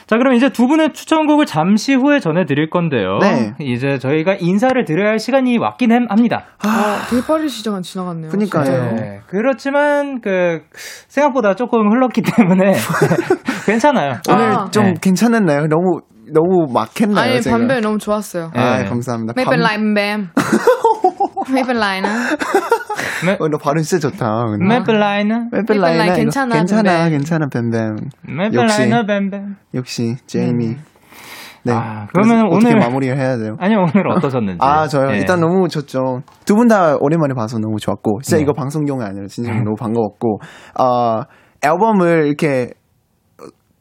자, 그럼 이제 두 분의 추천곡을 잠시 후에 전해드릴 건데요. 네. 이제 저희가 인사를 드려야 할 시간이 왔긴 함- 합니다. 아, 되게 빨리 시간 지나갔네요. 진짜로. 네, 그렇지만 그 생각보다 조금 흘렀기 때문에 괜찮아요. 오늘 아. 좀 네. 괜찮았나요 너무 너무 막했나요 아니 제가 반배 너무 좋았어요. 아 네. 감사합니다 메이블 라인 뱀. 메이블 라인. 어, 너 발음 진짜 좋다 근데. 네. 맵블라인은 맵블라인 이거 괜찮아, 네. 괜찮아 뱀뱀. 괜찮아 뱀뱀 맵블라인은 뱀뱀. 역시 제이미 네 아, 그러면 어떻게 오늘- 마무리를 해야 돼요 아니 오늘 어떠셨는지. 아 저요 예. 일단 너무 좋죠 두 분 다 오랜만에 봐서 너무 좋았고 네. 진짜 이거 방송용이 아니라 진짜 너무 반가웠고 아 앨범을 이렇게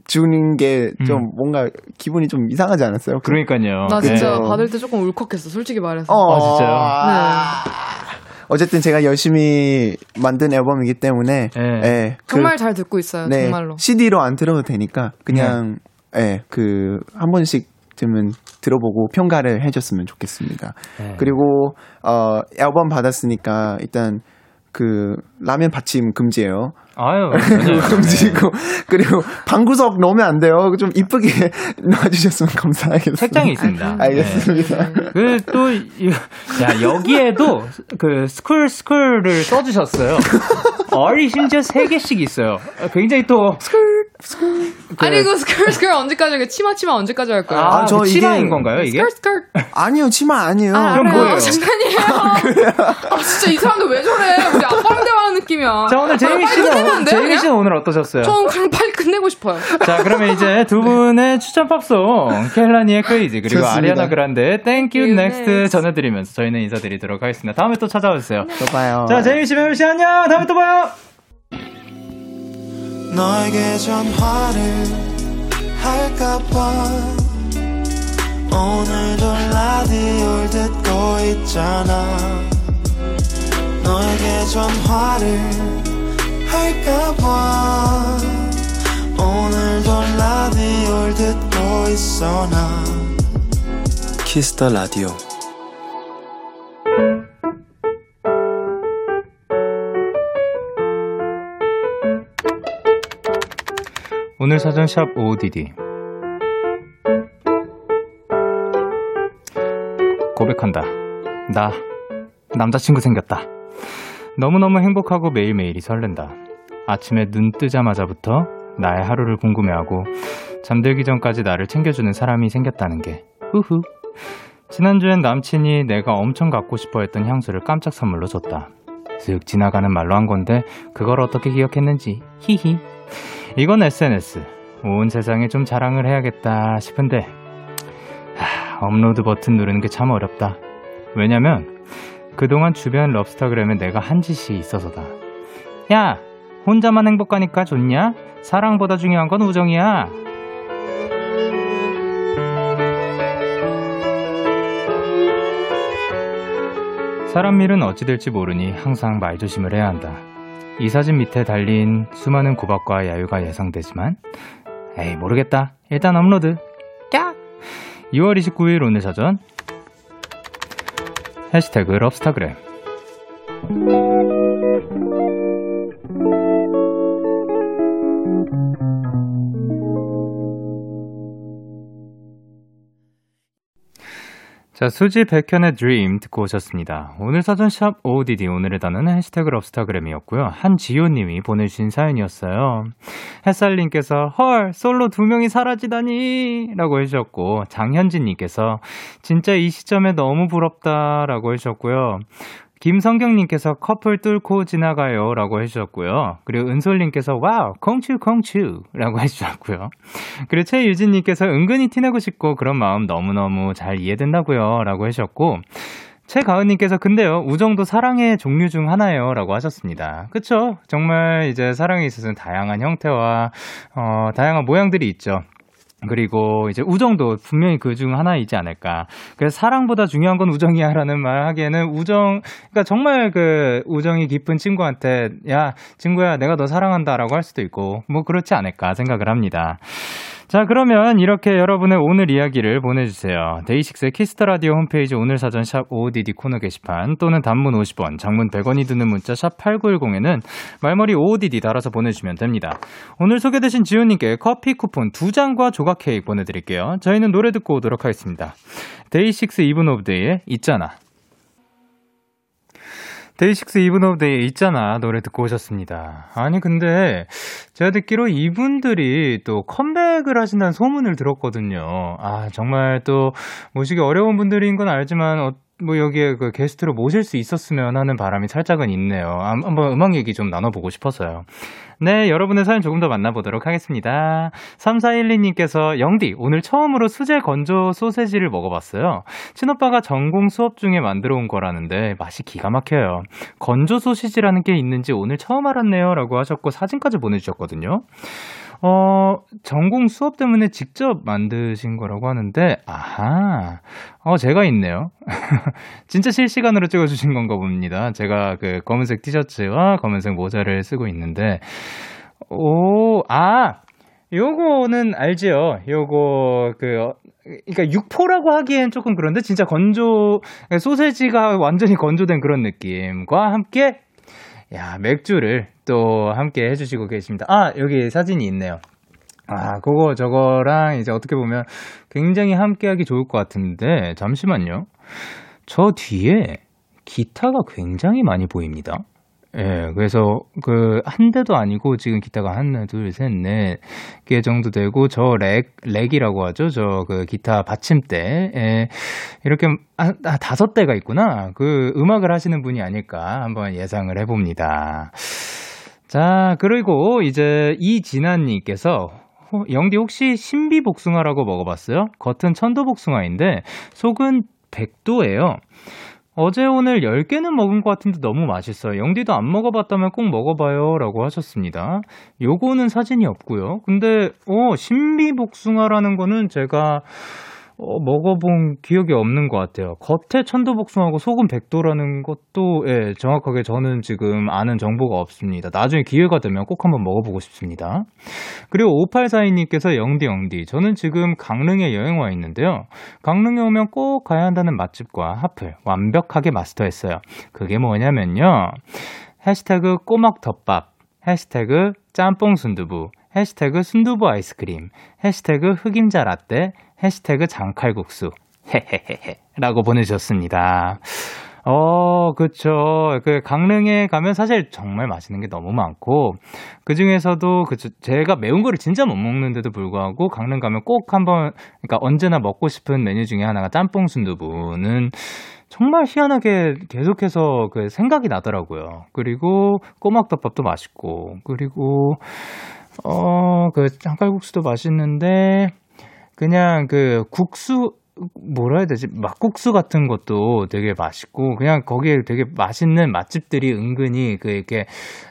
주는 게 좀 뭔가 기분이 좀 이상하지 않았어요 음. 그러니까요 나 진짜 네. 받을 때 조금 울컥했어. 솔직히 말해서. 어, 아, 진짜요? 네. 어쨌든 제가 열심히 만든 앨범이기 때문에 네. 예, 그- 정말 잘 듣고 있어요. 네, 아, 정말로. 네. CD로 안 들어도 되니까 그냥 예, 그 한 번씩 쯤은 들어보고 평가를 해줬으면 좋겠습니다. 네. 그리고 어 앨범 받았으니까 일단 그 라면 받침 금지예요. 아유 네. 금지고 그리고 방구석 넣으면 안 돼요. 좀 이쁘게 넣어주셨으면 감사하겠습니다. 책장이 있습니다. 네. 알겠습니다. 네. 그또 야, 여기에도 그 스쿨 스쿨을 써 주셨어요. 얼이 심지어 세 개씩 있어요. 굉장히 또 아니 이거 스컬 스컬 언제까지 할 거야? 치마 치마 언제까지 할 거야? 아, 저 치마인 이게- 건가요, 이게? 스컬 스컬. 아니요 치마 아니에요. 아, 그럼 뭐예요? 아, 장난이에요. 아, 진짜 이 사람들 왜 저래? 우리 아빠랑 대화하는 느낌이야. 자, 오늘 제이미 빨리 끝내면 안 씨는 돼요, 제이미 그냥? 씨는 오늘 어떠셨어요? 저는 그냥 빨리 끝내고 싶어요. 자, 그러면 이제 두 분의 추천 팝송 켈라니의 크레이지 그리고 좋습니다. 아리아나 그란데의 땡큐 Thank you, 넥스트 next. 전해드리면서 저희는 인사드리도록 하겠습니다. 다음에 또 찾아와 주세요. 또 봐요. 자, 제이미 씨, 배우 씨 안녕. 다음에 또 봐요. 너에게 전화를 할까봐 오늘도 라디오를 듣고 있잖아 너에게 전화를 할까봐 오늘도 라디오를 듣고 있어 나 키스터 라디오 오늘 사전 샵 ODD 고백한다. 나 남자친구 생겼다. 너무너무 행복하고 매일매일이 설렌다. 아침에 눈 뜨자마자부터 나의 하루를 궁금해하고 잠들기 전까지 나를 챙겨주는 사람이 생겼다는 게 후후. 지난주엔 남친이 내가 엄청 갖고 싶어 했던 향수를 깜짝 선물로 줬다. 슥 지나가는 말로 한 건데 그걸 어떻게 기억했는지 히히. 이건 SNS. 온 세상에 좀 자랑을 해야겠다 싶은데 하, 업로드 버튼 누르는 게 참 어렵다. 왜냐면 그동안 주변 럽스타그램에 내가 한 짓이 있어서다. 야, 혼자만 행복하니까 좋냐? 사랑보다 중요한 건 우정이야. 사람 일은 어찌 될지 모르니 항상 말조심을 해야 한다. 이 사진 밑에 달린 수많은 구박과 야유가 예상되지만 에이 모르겠다. 일단 업로드. 깍! 2월 29일 오늘 사전 해시태그 럽스타그램 자, 수지 백현의 드림 듣고 오셨습니다. 오늘 사전샵 OODD 오늘의 단어는 해시태그 럽스타그램이었고요. 한지효님이 보내주신 사연이었어요. 햇살님께서 헐 솔로 두 명이 사라지다니 라고 해주셨고 장현진님께서 진짜 이 시점에 너무 부럽다 라고 해주셨고요. 김성경님께서 커플 뚫고 지나가요 라고 해주셨고요. 그리고 은솔님께서 와우, 콩추콩추 라고 해주셨고요. 그리고 최유진님께서 은근히 티내고 싶고 그런 마음 너무너무 잘 이해된다고요 라고 해주셨고, 최가은님께서 근데요, 우정도 사랑의 종류 중 하나예요 라고 하셨습니다. 그쵸? 정말 이제 사랑에 있어서는 다양한 형태와, 어, 다양한 모양들이 있죠. 그리고 이제 우정도 분명히 그 중 하나이지 않을까. 그래서 사랑보다 중요한 건 우정이야라는 말 하기에는 우정, 그러니까 정말 그 우정이 깊은 친구한테 야 친구야 내가 너 사랑한다라고 할 수도 있고 뭐 그렇지 않을까 생각을 합니다. 자 그러면 이렇게 여러분의 오늘 이야기를 보내주세요. 데이식스의 키스터 라디오 홈페이지 오늘 사전 샵 OODD 코너 게시판 또는 단문 50원, 장문 100원이 드는 문자 샵 8910에는 말머리 OODD 달아서 보내주시면 됩니다. 오늘 소개되신 지호님께 커피 쿠폰 2장과 조각 케이크 보내드릴게요. 저희는 노래 듣고 오도록 하겠습니다. 데이식스 이븐 오브 데이의 있잖아. 데이식스 이븐 오브 데이 있잖아 노래 듣고 오셨습니다. 아니 근데 제가 듣기로 이분들이 또 컴백을 하신다는 소문을 들었거든요. 아 정말 또 모시기 어려운 분들인 건 알지만 어, 뭐 여기에 그 게스트로 모실 수 있었으면 하는 바람이 살짝은 있네요. 아, 한번 음악 얘기 좀 나눠보고 싶어서요. 네, 여러분의 사연 조금 더 만나보도록 하겠습니다. 3412님께서 영디, 오늘 처음으로 수제 건조 소세지를 먹어봤어요. 친오빠가 전공 수업 중에 만들어 온 거라는데 맛이 기가 막혀요. 건조 소시지라는 게 있는지 오늘 처음 알았네요. 라고 하셨고 사진까지 보내주셨거든요. 어, 전공 수업 때문에 직접 만드신 거라고 하는데, 아하, 어, 제가 있네요. 진짜 실시간으로 찍어주신 건가 봅니다. 제가 그 검은색 티셔츠와 검은색 모자를 쓰고 있는데, 오, 아, 요거는 알지요. 요거 그 어, 그러니까 육포라고 하기엔 조금 그런데 진짜 건조 소세지가 완전히 건조된 그런 느낌과 함께 야, 맥주를 또 함께 해주시고 계십니다. 아, 여기 사진이 있네요. 아, 그거 저거랑 이제 어떻게 보면 굉장히 함께하기 좋을 것 같은데, 잠시만요. 저 뒤에 기타가 굉장히 많이 보입니다. 예, 그래서 그 한 대도 아니고 지금 기타가 하나, 둘, 셋, 넷 개 정도 되고 저 렉, 렉이라고 하죠. 저 그 기타 받침대. 예, 이렇게 아, 아, 다섯 대가 있구나. 그 음악을 하시는 분이 아닐까 한번 예상을 해봅니다. 자, 그리고 이제 이진아님께서 어, 영디 혹시 신비 복숭아라고 먹어봤어요? 겉은 천도 복숭아인데 속은 백도예요. 어제 오늘 10개는 먹은 것 같은데 너무 맛있어요. 영디도 안 먹어봤다면 꼭 먹어봐요. 라고 하셨습니다. 요거는 사진이 없고요. 근데, 어, 신비복숭아라는 거는 제가, 어, 먹어본 기억이 없는 것 같아요. 겉에 천도복숭아고 속은 백도라는 것도, 예, 정확하게 저는 지금 아는 정보가 없습니다. 나중에 기회가 되면 꼭 한번 먹어보고 싶습니다. 그리고 5842님께서 영디 영디, 저는 지금 강릉에 여행 와 있는데요. 강릉에 오면 꼭 가야 한다는 맛집과 하플 완벽하게 마스터했어요. 그게 뭐냐면요. 해시태그 꼬막덮밥, 해시태그 짬뽕 순두부, 해시태그 순두부 아이스크림, 해시태그 흑임자 라떼, 해시태그 장칼국수. 헤헤헤헤. 라고 보내주셨습니다. 어, 그쵸. 그 강릉에 가면 사실 정말 맛있는 게 너무 많고, 그 중에서도 그 제가 매운 거를 진짜 못 먹는데도 불구하고 강릉 가면 꼭 한번, 그러니까 언제나 먹고 싶은 메뉴 중에 하나가 짬뽕 순두부는 정말 희한하게 계속해서 그 생각이 나더라고요. 그리고 꼬막덮밥도 맛있고, 그리고 어, 그 장칼국수도 맛있는데, 그냥 그 국수, 뭐라 해야 되지? 막국수 같은 것도 되게 맛있고 그냥 거기에 되게 맛있는 맛집들이 은근히 그 이렇게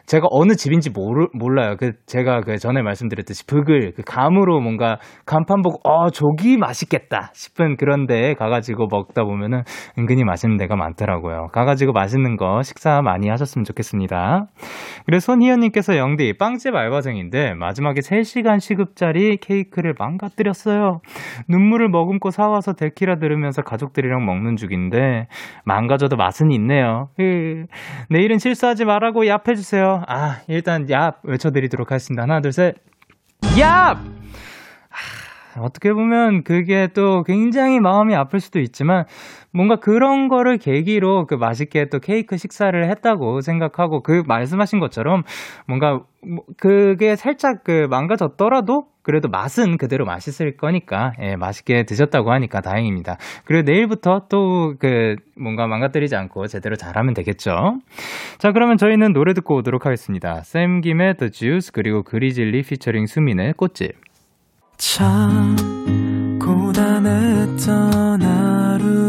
제가 어느 집인지 모르, 몰라요. 그 제가 그 전에 말씀드렸듯이 북을 그 감으로 뭔가 간판 보고 어 저기 맛있겠다 싶은 그런 데에 가가지고 먹다 보면은 은근히 맛있는 데가 많더라고요. 가가지고 맛있는 거 식사 많이 하셨으면 좋겠습니다. 그래서 손희연님께서 영디 빵집 알바생인데 마지막에 3시간 시급짜리 케이크를 망가뜨렸어요. 눈물을 머금고 사와서 데키라 들으면서 가족들이랑 먹는 중인데 망가져도 맛은 있네요. 으, 내일은 실수하지 말라고 얍해주세요. 아 일단 얍 외쳐드리도록 하겠습니다. 하나 둘 셋. 얍! 어떻게 보면 그게 또 굉장히 마음이 아플 수도 있지만 뭔가 그런 거를 계기로 그 맛있게 또 케이크 식사를 했다고 생각하고 그 말씀하신 것처럼 뭔가 뭐 그게 살짝 그 망가졌더라도 그래도 맛은 그대로 맛있을 거니까 예, 맛있게 드셨다고 하니까 다행입니다. 그리고 내일부터 또 그 뭔가 망가뜨리지 않고 제대로 잘하면 되겠죠. 자 그러면 저희는 노래 듣고 오도록 하겠습니다. 샘 김의 The Juice 그리고 그리질리 피처링 수민의 꽃집. 참 고단했던 하루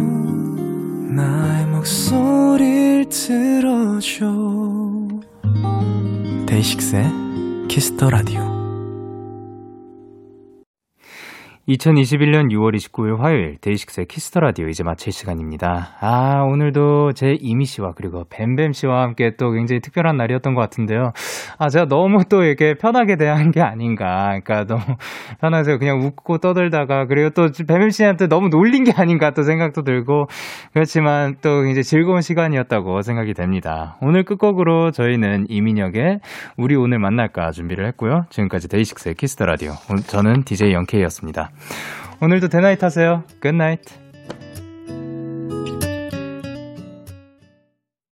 나의 목소리를 들어줘 데이식스의 키스터 라디오 2021년 6월 29일 화요일 데이식스의 키스터 라디오 이제 마칠 시간입니다. 아 오늘도 제 이미 씨와 그리고 뱀뱀 씨와 함께 또 굉장히 특별한 날이었던 것 같은데요. 아 제가 너무 또 이렇게 편하게 대한 게 아닌가. 그러니까 너무 편하세요. 그냥 웃고 떠들다가 그리고 또 뱀뱀 씨한테 너무 놀린 게 아닌가 또 생각도 들고 그렇지만 또 굉장히 즐거운 시간이었다고 생각이 됩니다. 오늘 끝곡으로 저희는 이민혁의 우리 오늘 만날까 준비를 했고요. 지금까지 데이식스의 키스터 라디오. 저는 DJ 영케이였습니다. 오늘도 대나잇 하세요. 굿나잇.